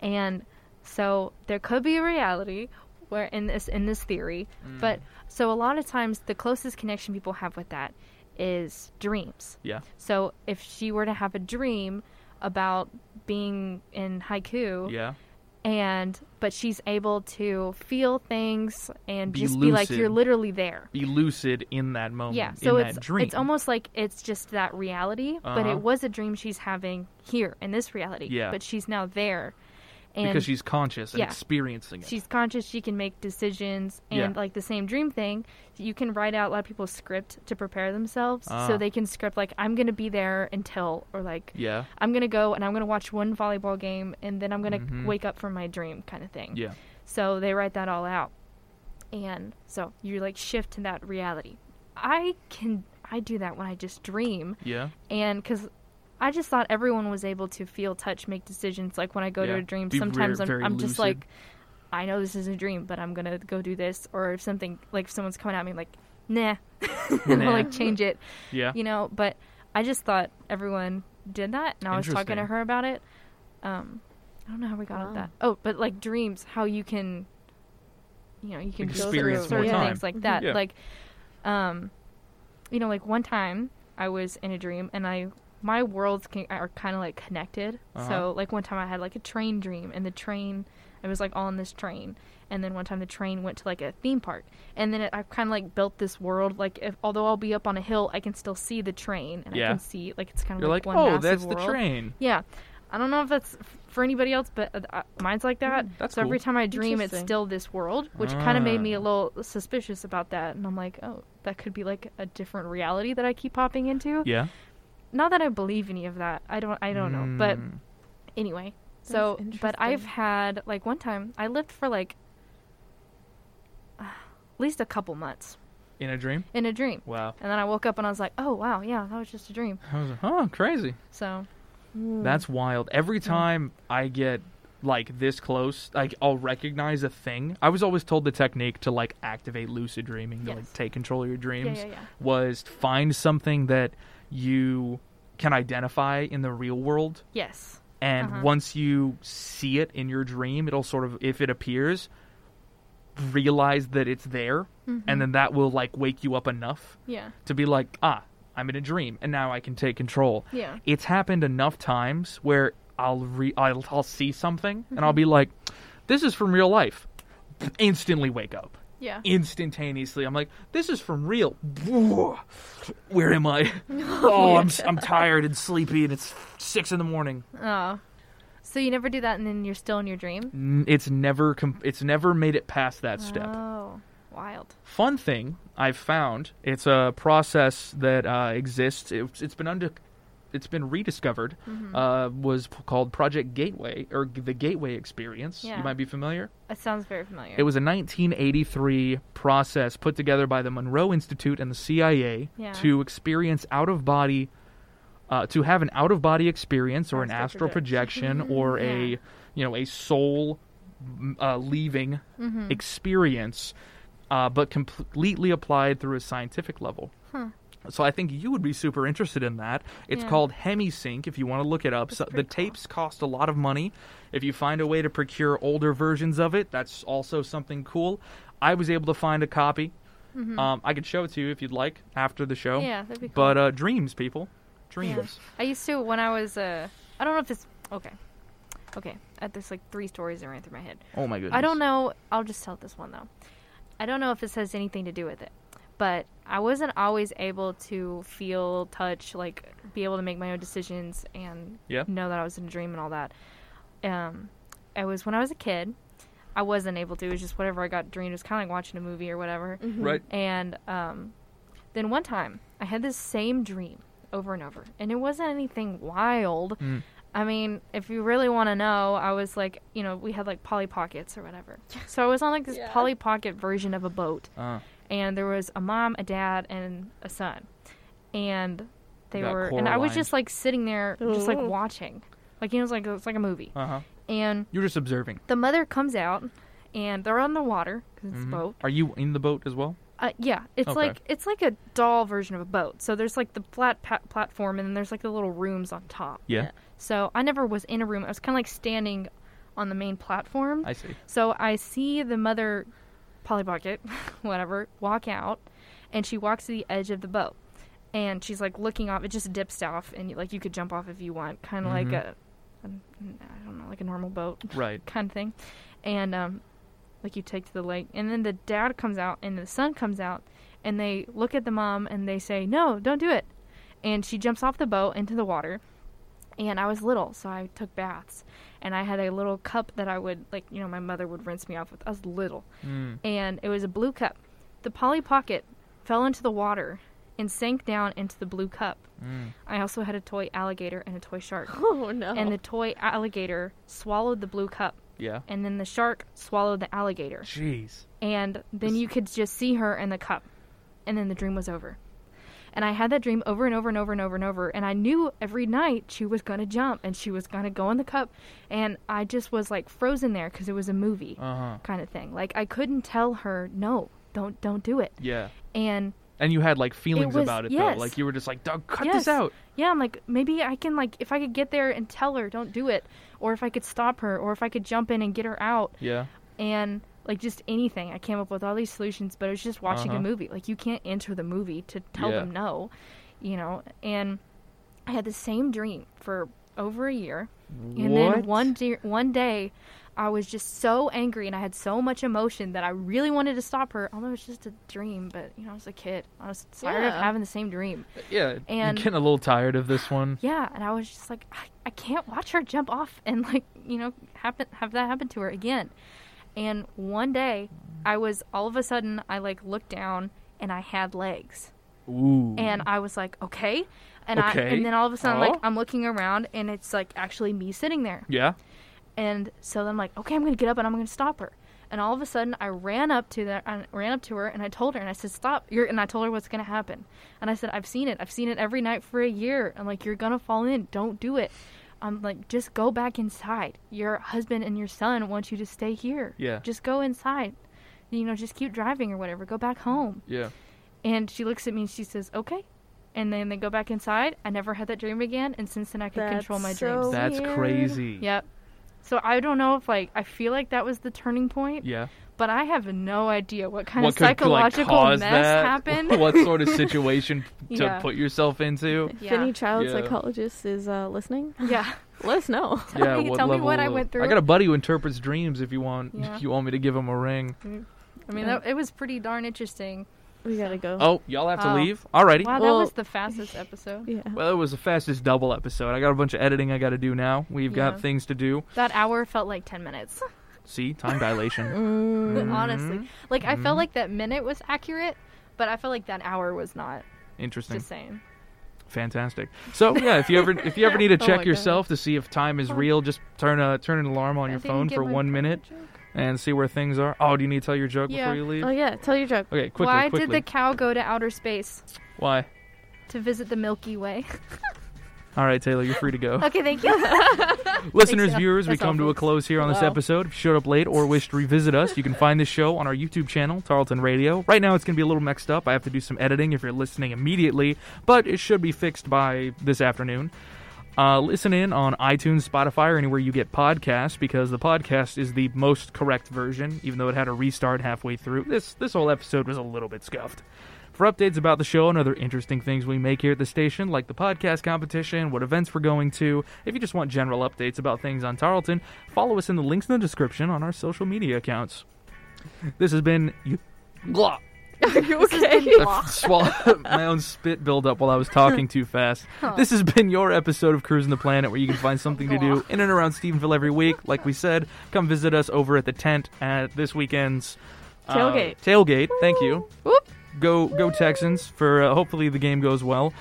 Speaker 2: and so there could be a reality where in this in this theory,
Speaker 1: Hmm.
Speaker 2: but so a lot of times the closest connection people have with that is dreams.
Speaker 1: Yeah.
Speaker 2: So if she were to have a dream about being in haiku
Speaker 1: Yeah.
Speaker 2: and but she's able to feel things and
Speaker 1: Be
Speaker 2: just be like
Speaker 1: lucid.
Speaker 2: you're literally there.
Speaker 1: Be lucid in that moment.
Speaker 2: Yeah.
Speaker 1: In
Speaker 2: So
Speaker 1: that
Speaker 2: it's
Speaker 1: dream.
Speaker 2: it's almost like it's just that reality, but
Speaker 1: Uh-huh.
Speaker 2: it was a dream she's having here in this reality.
Speaker 1: Yeah.
Speaker 2: But she's now there. And
Speaker 1: because she's conscious and
Speaker 2: yeah.
Speaker 1: experiencing it.
Speaker 2: she's conscious she can make decisions and
Speaker 1: Yeah.
Speaker 2: like the same dream thing you can write out a lot of people's script to prepare themselves
Speaker 1: Ah.
Speaker 2: so they can script like i'm gonna be there until or like
Speaker 1: yeah.
Speaker 2: i'm gonna go and i'm gonna watch one volleyball game and then i'm gonna
Speaker 1: Mhm.
Speaker 2: wake up from my dream kind of thing
Speaker 1: Yeah.
Speaker 2: so they write that all out and so you like shift to that reality i can i do that when i just dream
Speaker 1: Yeah.
Speaker 2: and because I just thought everyone was able to feel, touch, make decisions. Like when I go
Speaker 1: Yeah.
Speaker 2: to a dream,
Speaker 1: Be
Speaker 2: sometimes
Speaker 1: ver-
Speaker 2: I'm,
Speaker 1: very
Speaker 2: I'm
Speaker 1: lucid.
Speaker 2: just like, I know this is a dream, but I'm gonna go do this, or if something like if someone's coming at me, I'm like, nah, I'll,
Speaker 1: Nah.
Speaker 2: like change it,
Speaker 1: Yeah.
Speaker 2: you know. But I just thought everyone did that, and I was talking to
Speaker 1: Interesting.
Speaker 2: her about it. Um, I don't know how we got
Speaker 3: Wow.
Speaker 2: at that. Oh, but like dreams, how you can, you know, you can go through
Speaker 1: Experience Mm-hmm.
Speaker 3: more
Speaker 2: certain
Speaker 3: time.
Speaker 2: things like that.
Speaker 1: Yeah.
Speaker 2: Like, um, you know, like one time I was in a dream and I my worlds can, are kind of like connected.
Speaker 1: Uh-huh.
Speaker 2: So like one time I had like a train dream and the train I was like all on this train and then one time the train went to like a theme park and then it, I've kind of like built this world like if although I'll be up on a hill I can still see the train and
Speaker 1: Yeah.
Speaker 2: I can see like it's kind of
Speaker 1: You're like,
Speaker 2: one
Speaker 1: oh,
Speaker 2: massive
Speaker 1: that's the
Speaker 2: world."
Speaker 1: train.
Speaker 2: Yeah. I don't know if that's f- for anybody else, but uh, uh, mine's like that.
Speaker 1: Mm, that's
Speaker 2: so every
Speaker 1: cool.
Speaker 2: time I dream, it's
Speaker 3: Interesting.
Speaker 2: still this world, which kind
Speaker 1: Ah.
Speaker 2: of made me a little suspicious about that. And I'm like, oh, that could be like a different reality that I keep popping into.
Speaker 1: Yeah.
Speaker 2: Not that I believe any of that. I don't. I don't know. But
Speaker 1: Mm.
Speaker 2: anyway, so
Speaker 3: That's
Speaker 2: but I've
Speaker 3: interesting.
Speaker 2: had like one time I lived for like at least a couple months
Speaker 1: in a dream.
Speaker 2: in a dream,
Speaker 1: Wow.
Speaker 2: and then I woke up and I was like, oh wow, yeah, that was just a dream.
Speaker 1: I was like, oh, crazy.
Speaker 2: So Mm.
Speaker 1: That's wild. Every time I get like this close, like I'll recognize a thing. I was always told the technique to like activate lucid dreaming to like
Speaker 2: Yes.
Speaker 1: take control of your
Speaker 2: yeah,
Speaker 1: dreams
Speaker 2: yeah, yeah.
Speaker 1: was find something that you can identify in the real world
Speaker 2: Yes.
Speaker 1: and
Speaker 2: Uh-huh.
Speaker 1: once you see it in your dream it'll sort of if it appears
Speaker 2: Mm-hmm.
Speaker 1: realize that it's there and then that will like wake you up enough
Speaker 2: Yeah.
Speaker 1: to be like ah I'm in a dream, and now I can take control.
Speaker 2: Yeah.
Speaker 1: It's happened enough times where I'll re- I'll, I'll see something and I'll be like, "This is from real life." Instantly wake up.
Speaker 2: Yeah.
Speaker 1: Instantaneously, I'm like, "This is from real." Where am I? Oh, I'm s- I'm tired and sleepy, and it's six in the morning.
Speaker 2: Oh. So you never do that, and then you're still in your dream.
Speaker 1: N- It's never com- it's never made it past that step.
Speaker 2: Oh, wild.
Speaker 1: fun thing I've found. It's a process that uh, exists. It's, it's been under, it's been rediscovered. Uh, was p- called Project Gateway or g- the Gateway Experience.
Speaker 2: Yeah.
Speaker 1: You might be familiar.
Speaker 2: That sounds very familiar.
Speaker 1: It was a 1983 process put together by the Monroe Institute and the CIA
Speaker 2: Yeah.
Speaker 1: to experience out of body, uh, to have an out of body experience or an astral
Speaker 3: Astral
Speaker 1: projection or
Speaker 2: Yeah.
Speaker 1: a, you know, a soul m- uh, leaving
Speaker 2: Mm-hmm.
Speaker 1: experience, uh, but completely applied through a scientific level.
Speaker 2: Huh.
Speaker 1: So I think you would be super interested in that. It's
Speaker 2: Yeah.
Speaker 1: called HemiSync if you want to look it up.
Speaker 2: That's
Speaker 1: So the
Speaker 2: pretty cool.
Speaker 1: tapes cost a lot of money. If you find a way to procure older versions of it, that's also something cool. I was able to find a copy. Um, I could show it to you if you'd like after the show.
Speaker 2: Mm-hmm. Yeah, that'd be cool.
Speaker 1: But uh, dreams, people, dreams.
Speaker 2: I used to when I was uh, I don't know if it's okay. Okay, uh, there's like three stories that ran through my head.
Speaker 1: Oh my goodness!
Speaker 2: I don't know. I'll just tell this one though. I don't know if this has anything to do with it, but I wasn't always able to feel, touch, like be able to make my own decisions and
Speaker 1: Yeah.
Speaker 2: know that I was in a dream and all that. Um, it was when I was a kid. I wasn't able to. It was just whatever I got dreamed. It was kind of like watching a movie or whatever.
Speaker 1: Right?
Speaker 2: And um, then one time, I had this same dream over and over, and it wasn't anything wild.
Speaker 1: Mm.
Speaker 2: I mean, if you really want to know, I was like, you know, we had like Polly Pockets or whatever. So I was on like this
Speaker 3: Yeah.
Speaker 2: Polly Pocket version of a boat,
Speaker 1: Uh,
Speaker 2: and there was a mom, a dad, and a son, and they
Speaker 1: Got
Speaker 2: were, and I was
Speaker 1: Coraline.
Speaker 2: just like sitting there, just like
Speaker 3: Ooh.
Speaker 2: watching, like you know, it's like it's like a movie,
Speaker 1: uh huh.
Speaker 2: and
Speaker 1: You're just observing.
Speaker 2: the mother comes out, and they're on the water because it's a
Speaker 1: Mhm.
Speaker 2: boat,
Speaker 1: Are you in the boat as well?
Speaker 2: uh, yeah, it's
Speaker 1: Okay.
Speaker 2: like it's like a doll version of a boat. So there's like the flat pa- platform, and then there's like the little rooms on top.
Speaker 1: Yeah.
Speaker 2: So I never was in a room. I was kind of like standing on the main platform.
Speaker 1: I see.
Speaker 2: so I see the mother, Polly Pocket, whatever, walk out, and she walks to the edge of the boat, and she's like looking off. It just dips off, and like you could jump off if you want, kind of
Speaker 1: Mhm.
Speaker 2: like a, an- I don't know, like a normal boat
Speaker 1: Right.
Speaker 2: kind of thing. And um, like you take to the lake, and then the dad comes out and the son comes out, and they look at the mom and they say, "No, don't do it." And she jumps off the boat into the water. And I was little, so I took baths, and I had a little cup that I would like, you know, my mother would rinse me off with. I was little,
Speaker 1: Mm.
Speaker 2: and it was a blue cup. The Polly Pocket fell into the water and sank down into the blue cup.
Speaker 1: Mm.
Speaker 2: I also had a toy alligator and a toy shark,
Speaker 3: Oh no.
Speaker 2: and the toy alligator swallowed the blue cup
Speaker 1: Yeah.
Speaker 2: and then the shark swallowed the alligator.
Speaker 1: Jeez.
Speaker 2: And then you could just see her in the cup. And then the dream was over. And I had that dream over and over and over and over and over. And I knew every night she was going to jump and she was going to go in the cup. And I just was like frozen there because it was a movie
Speaker 1: Uh huh.
Speaker 2: kind of thing. Like I couldn't tell her, no, don't, don't do it.
Speaker 1: Yeah.
Speaker 2: And
Speaker 1: And you had like feelings
Speaker 2: was-
Speaker 1: about it
Speaker 2: yes.
Speaker 1: though. Like you were just like, Doug, cut
Speaker 2: Yes.
Speaker 1: this out.
Speaker 2: yeah, I'm like, maybe I can like, if I could get there and tell her, don't do it. Or if I could stop her or if I could jump in and get her out.
Speaker 1: Yeah.
Speaker 2: and like just anything. I came up with all these solutions, but it was just watching a
Speaker 1: Uh-huh.
Speaker 2: movie. Like you can't enter the movie to tell
Speaker 1: Yeah.
Speaker 2: them no, you know. And I had the same dream for over a year, and then one day, one day, I was just so angry and I had so much emotion that I really wanted to stop her. Although it's just a dream, but you know, I was a kid. I was tired of
Speaker 3: Yeah.
Speaker 2: having the same dream.
Speaker 1: Yeah.
Speaker 2: and-
Speaker 1: You're getting a little tired of this one.
Speaker 2: Yeah, and I was just like, I, I can't watch her jump off and like you know happen have that happen to her again. And one day, I was all of a sudden I like looked down and I had legs,
Speaker 1: Ooh.
Speaker 2: and I was like, okay, and I
Speaker 1: Okay.
Speaker 2: and then all of a sudden
Speaker 1: Oh.
Speaker 2: like I'm looking around and it's like actually me sitting there.
Speaker 1: yeah.
Speaker 2: And so then I'm like, okay, I'm gonna get up and I'm gonna stop her. And all of a sudden, I ran up to that. I ran up to her and I told her and I said, "Stop!" You're, and I told her what's gonna happen. And I said, "I've seen it. I've seen it every night for a year. I'm like, you're gonna fall in. Don't do it. I'm like, just go back inside. Your husband and your son want you to stay here.
Speaker 1: Yeah.
Speaker 2: Just go inside. You know, just keep driving or whatever. Go back home."
Speaker 1: Yeah.
Speaker 2: And she looks at me and she says, "Okay." And then they go back inside. I never had that dream again. And since then, I could control my
Speaker 3: That's
Speaker 2: dreams.
Speaker 3: so
Speaker 1: That's
Speaker 3: Weird.
Speaker 1: crazy.
Speaker 2: Yep. So I don't know if like I feel like that was the turning point,
Speaker 1: Yeah.
Speaker 2: but I have no idea what kind
Speaker 1: what
Speaker 2: of
Speaker 1: could like,
Speaker 2: psychological
Speaker 1: cause
Speaker 2: mess
Speaker 1: that?
Speaker 2: happened.
Speaker 1: what sort of situation to
Speaker 2: Yeah.
Speaker 1: put yourself into?
Speaker 3: If
Speaker 2: Yeah.
Speaker 3: any child
Speaker 1: Yeah.
Speaker 3: psychologist is uh, listening,
Speaker 2: yeah.
Speaker 3: let us know.
Speaker 2: Tell me, tell me what I
Speaker 1: level
Speaker 2: went
Speaker 1: of-
Speaker 2: through.
Speaker 1: I got a buddy who interprets dreams. If you want,
Speaker 2: Yeah.
Speaker 1: if you want me to give him a ring.
Speaker 2: I mean,
Speaker 3: Yeah.
Speaker 2: that, it was pretty darn interesting.
Speaker 3: We gotta go.
Speaker 1: Oh, y'all have to
Speaker 2: Oh.
Speaker 1: leave. Alrighty.
Speaker 2: Wow,
Speaker 3: Well-
Speaker 2: that was the fastest episode.
Speaker 3: Yeah.
Speaker 1: Well, it was the fastest double episode. I got a bunch of editing I got to do now. We've
Speaker 2: Yeah.
Speaker 1: got things to do.
Speaker 2: That hour felt like 10 minutes.
Speaker 1: See, time dilation.
Speaker 3: Mm,
Speaker 2: Honestly.
Speaker 1: Mhm.
Speaker 2: Like, I
Speaker 1: Mhm.
Speaker 2: felt like that minute was accurate, but I felt like that hour was not.
Speaker 1: Interesting.
Speaker 2: Just saying.
Speaker 1: Fantastic. So yeah, if you ever if you ever need to
Speaker 3: Oh my
Speaker 1: check
Speaker 3: God.
Speaker 1: yourself to see if time is real, just turn a turn an alarm on
Speaker 2: I
Speaker 1: your
Speaker 2: didn't
Speaker 1: phone
Speaker 2: get
Speaker 1: for
Speaker 2: my
Speaker 1: one
Speaker 2: fucking
Speaker 1: minute
Speaker 2: joke.
Speaker 1: and see where things are. Oh, do you need to tell your joke
Speaker 2: Yeah.
Speaker 1: before you leave?
Speaker 3: Oh yeah, tell your joke.
Speaker 1: Okay, quickly,
Speaker 2: Why
Speaker 1: quickly.
Speaker 2: did the cow go to outer space?
Speaker 1: Why?
Speaker 2: To visit the Milky Way.
Speaker 1: All right, Taylor, you're free to go.
Speaker 2: okay, thank you.
Speaker 1: Listeners,
Speaker 2: Thanks, yeah.
Speaker 1: viewers, we
Speaker 2: That's
Speaker 1: come to
Speaker 2: awful.
Speaker 1: a close here on this
Speaker 2: Wow.
Speaker 1: episode. If you showed up late or wish to revisit us, you can find this show on our YouTube channel, Tarleton Radio. Right now, it's going to be a little mixed up. I have to do some editing if you're listening immediately, but it should be fixed by this afternoon. Uh, listen in on iTunes, Spotify, or anywhere you get podcasts because the podcast is the most correct version, even though it had a restart halfway through. This this whole episode was a little bit scuffed. For updates about the show and other interesting things we make here at the station, like the podcast competition, what events we're going to, if you just want general updates about things on Tarleton, follow us in the links in the description on our social media accounts. This has been you. Blah.
Speaker 3: Are you okay?
Speaker 1: I swallowed my own spit buildup while I was talking too fast. This has been your episode of Cruising the Planet, where you can find something to do in and around Stephenville every week. Like we said, come visit us over at the tent at this weekend's uh,
Speaker 3: Tailgate.
Speaker 1: tailgate. Thank you.
Speaker 3: Whoop.
Speaker 1: Go go Texans for uh, hopefully the game goes well.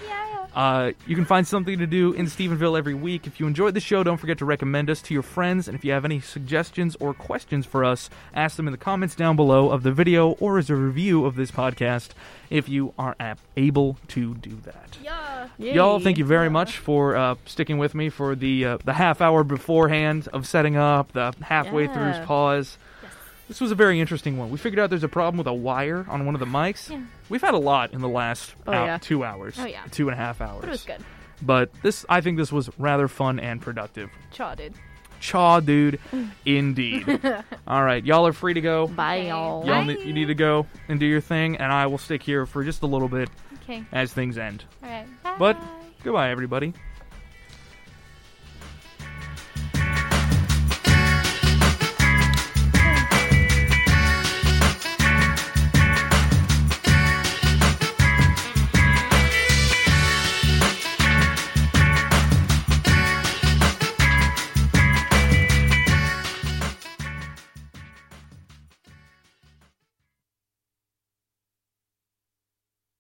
Speaker 1: Uh, you can find something to do in Stephenville every week. If you enjoyed the show, don't forget to recommend us to your friends. And if you have any suggestions or questions for us, ask them in the comments down below of the video or as a review of this podcast if you are ap- able to do that.
Speaker 2: yeah.
Speaker 1: Y'all, thank you very much for uh, sticking with me for the uh, the half hour beforehand of setting up, the halfway
Speaker 3: Yeah.
Speaker 1: through's pause. This was a very interesting one. We figured out there's a problem with a wire on one of the mics.
Speaker 2: Yeah.
Speaker 1: We've had a lot in the last
Speaker 3: Oh,
Speaker 1: hou-
Speaker 3: yeah.
Speaker 1: two hours,
Speaker 2: Oh, yeah.
Speaker 1: two and a half hours.
Speaker 2: But it was good.
Speaker 1: But this, I think this was rather fun and productive.
Speaker 2: Chaw, dude.
Speaker 1: Chaw, dude, indeed. All right, y'all are free to go.
Speaker 3: Bye,
Speaker 2: Okay.
Speaker 3: y'all.
Speaker 1: Y'all,
Speaker 2: Bye.
Speaker 1: need, you need to go and do your thing, and I will stick here for just a little bit
Speaker 2: Okay.
Speaker 1: as things end.
Speaker 2: All right.
Speaker 1: But
Speaker 2: Bye.
Speaker 1: goodbye, everybody.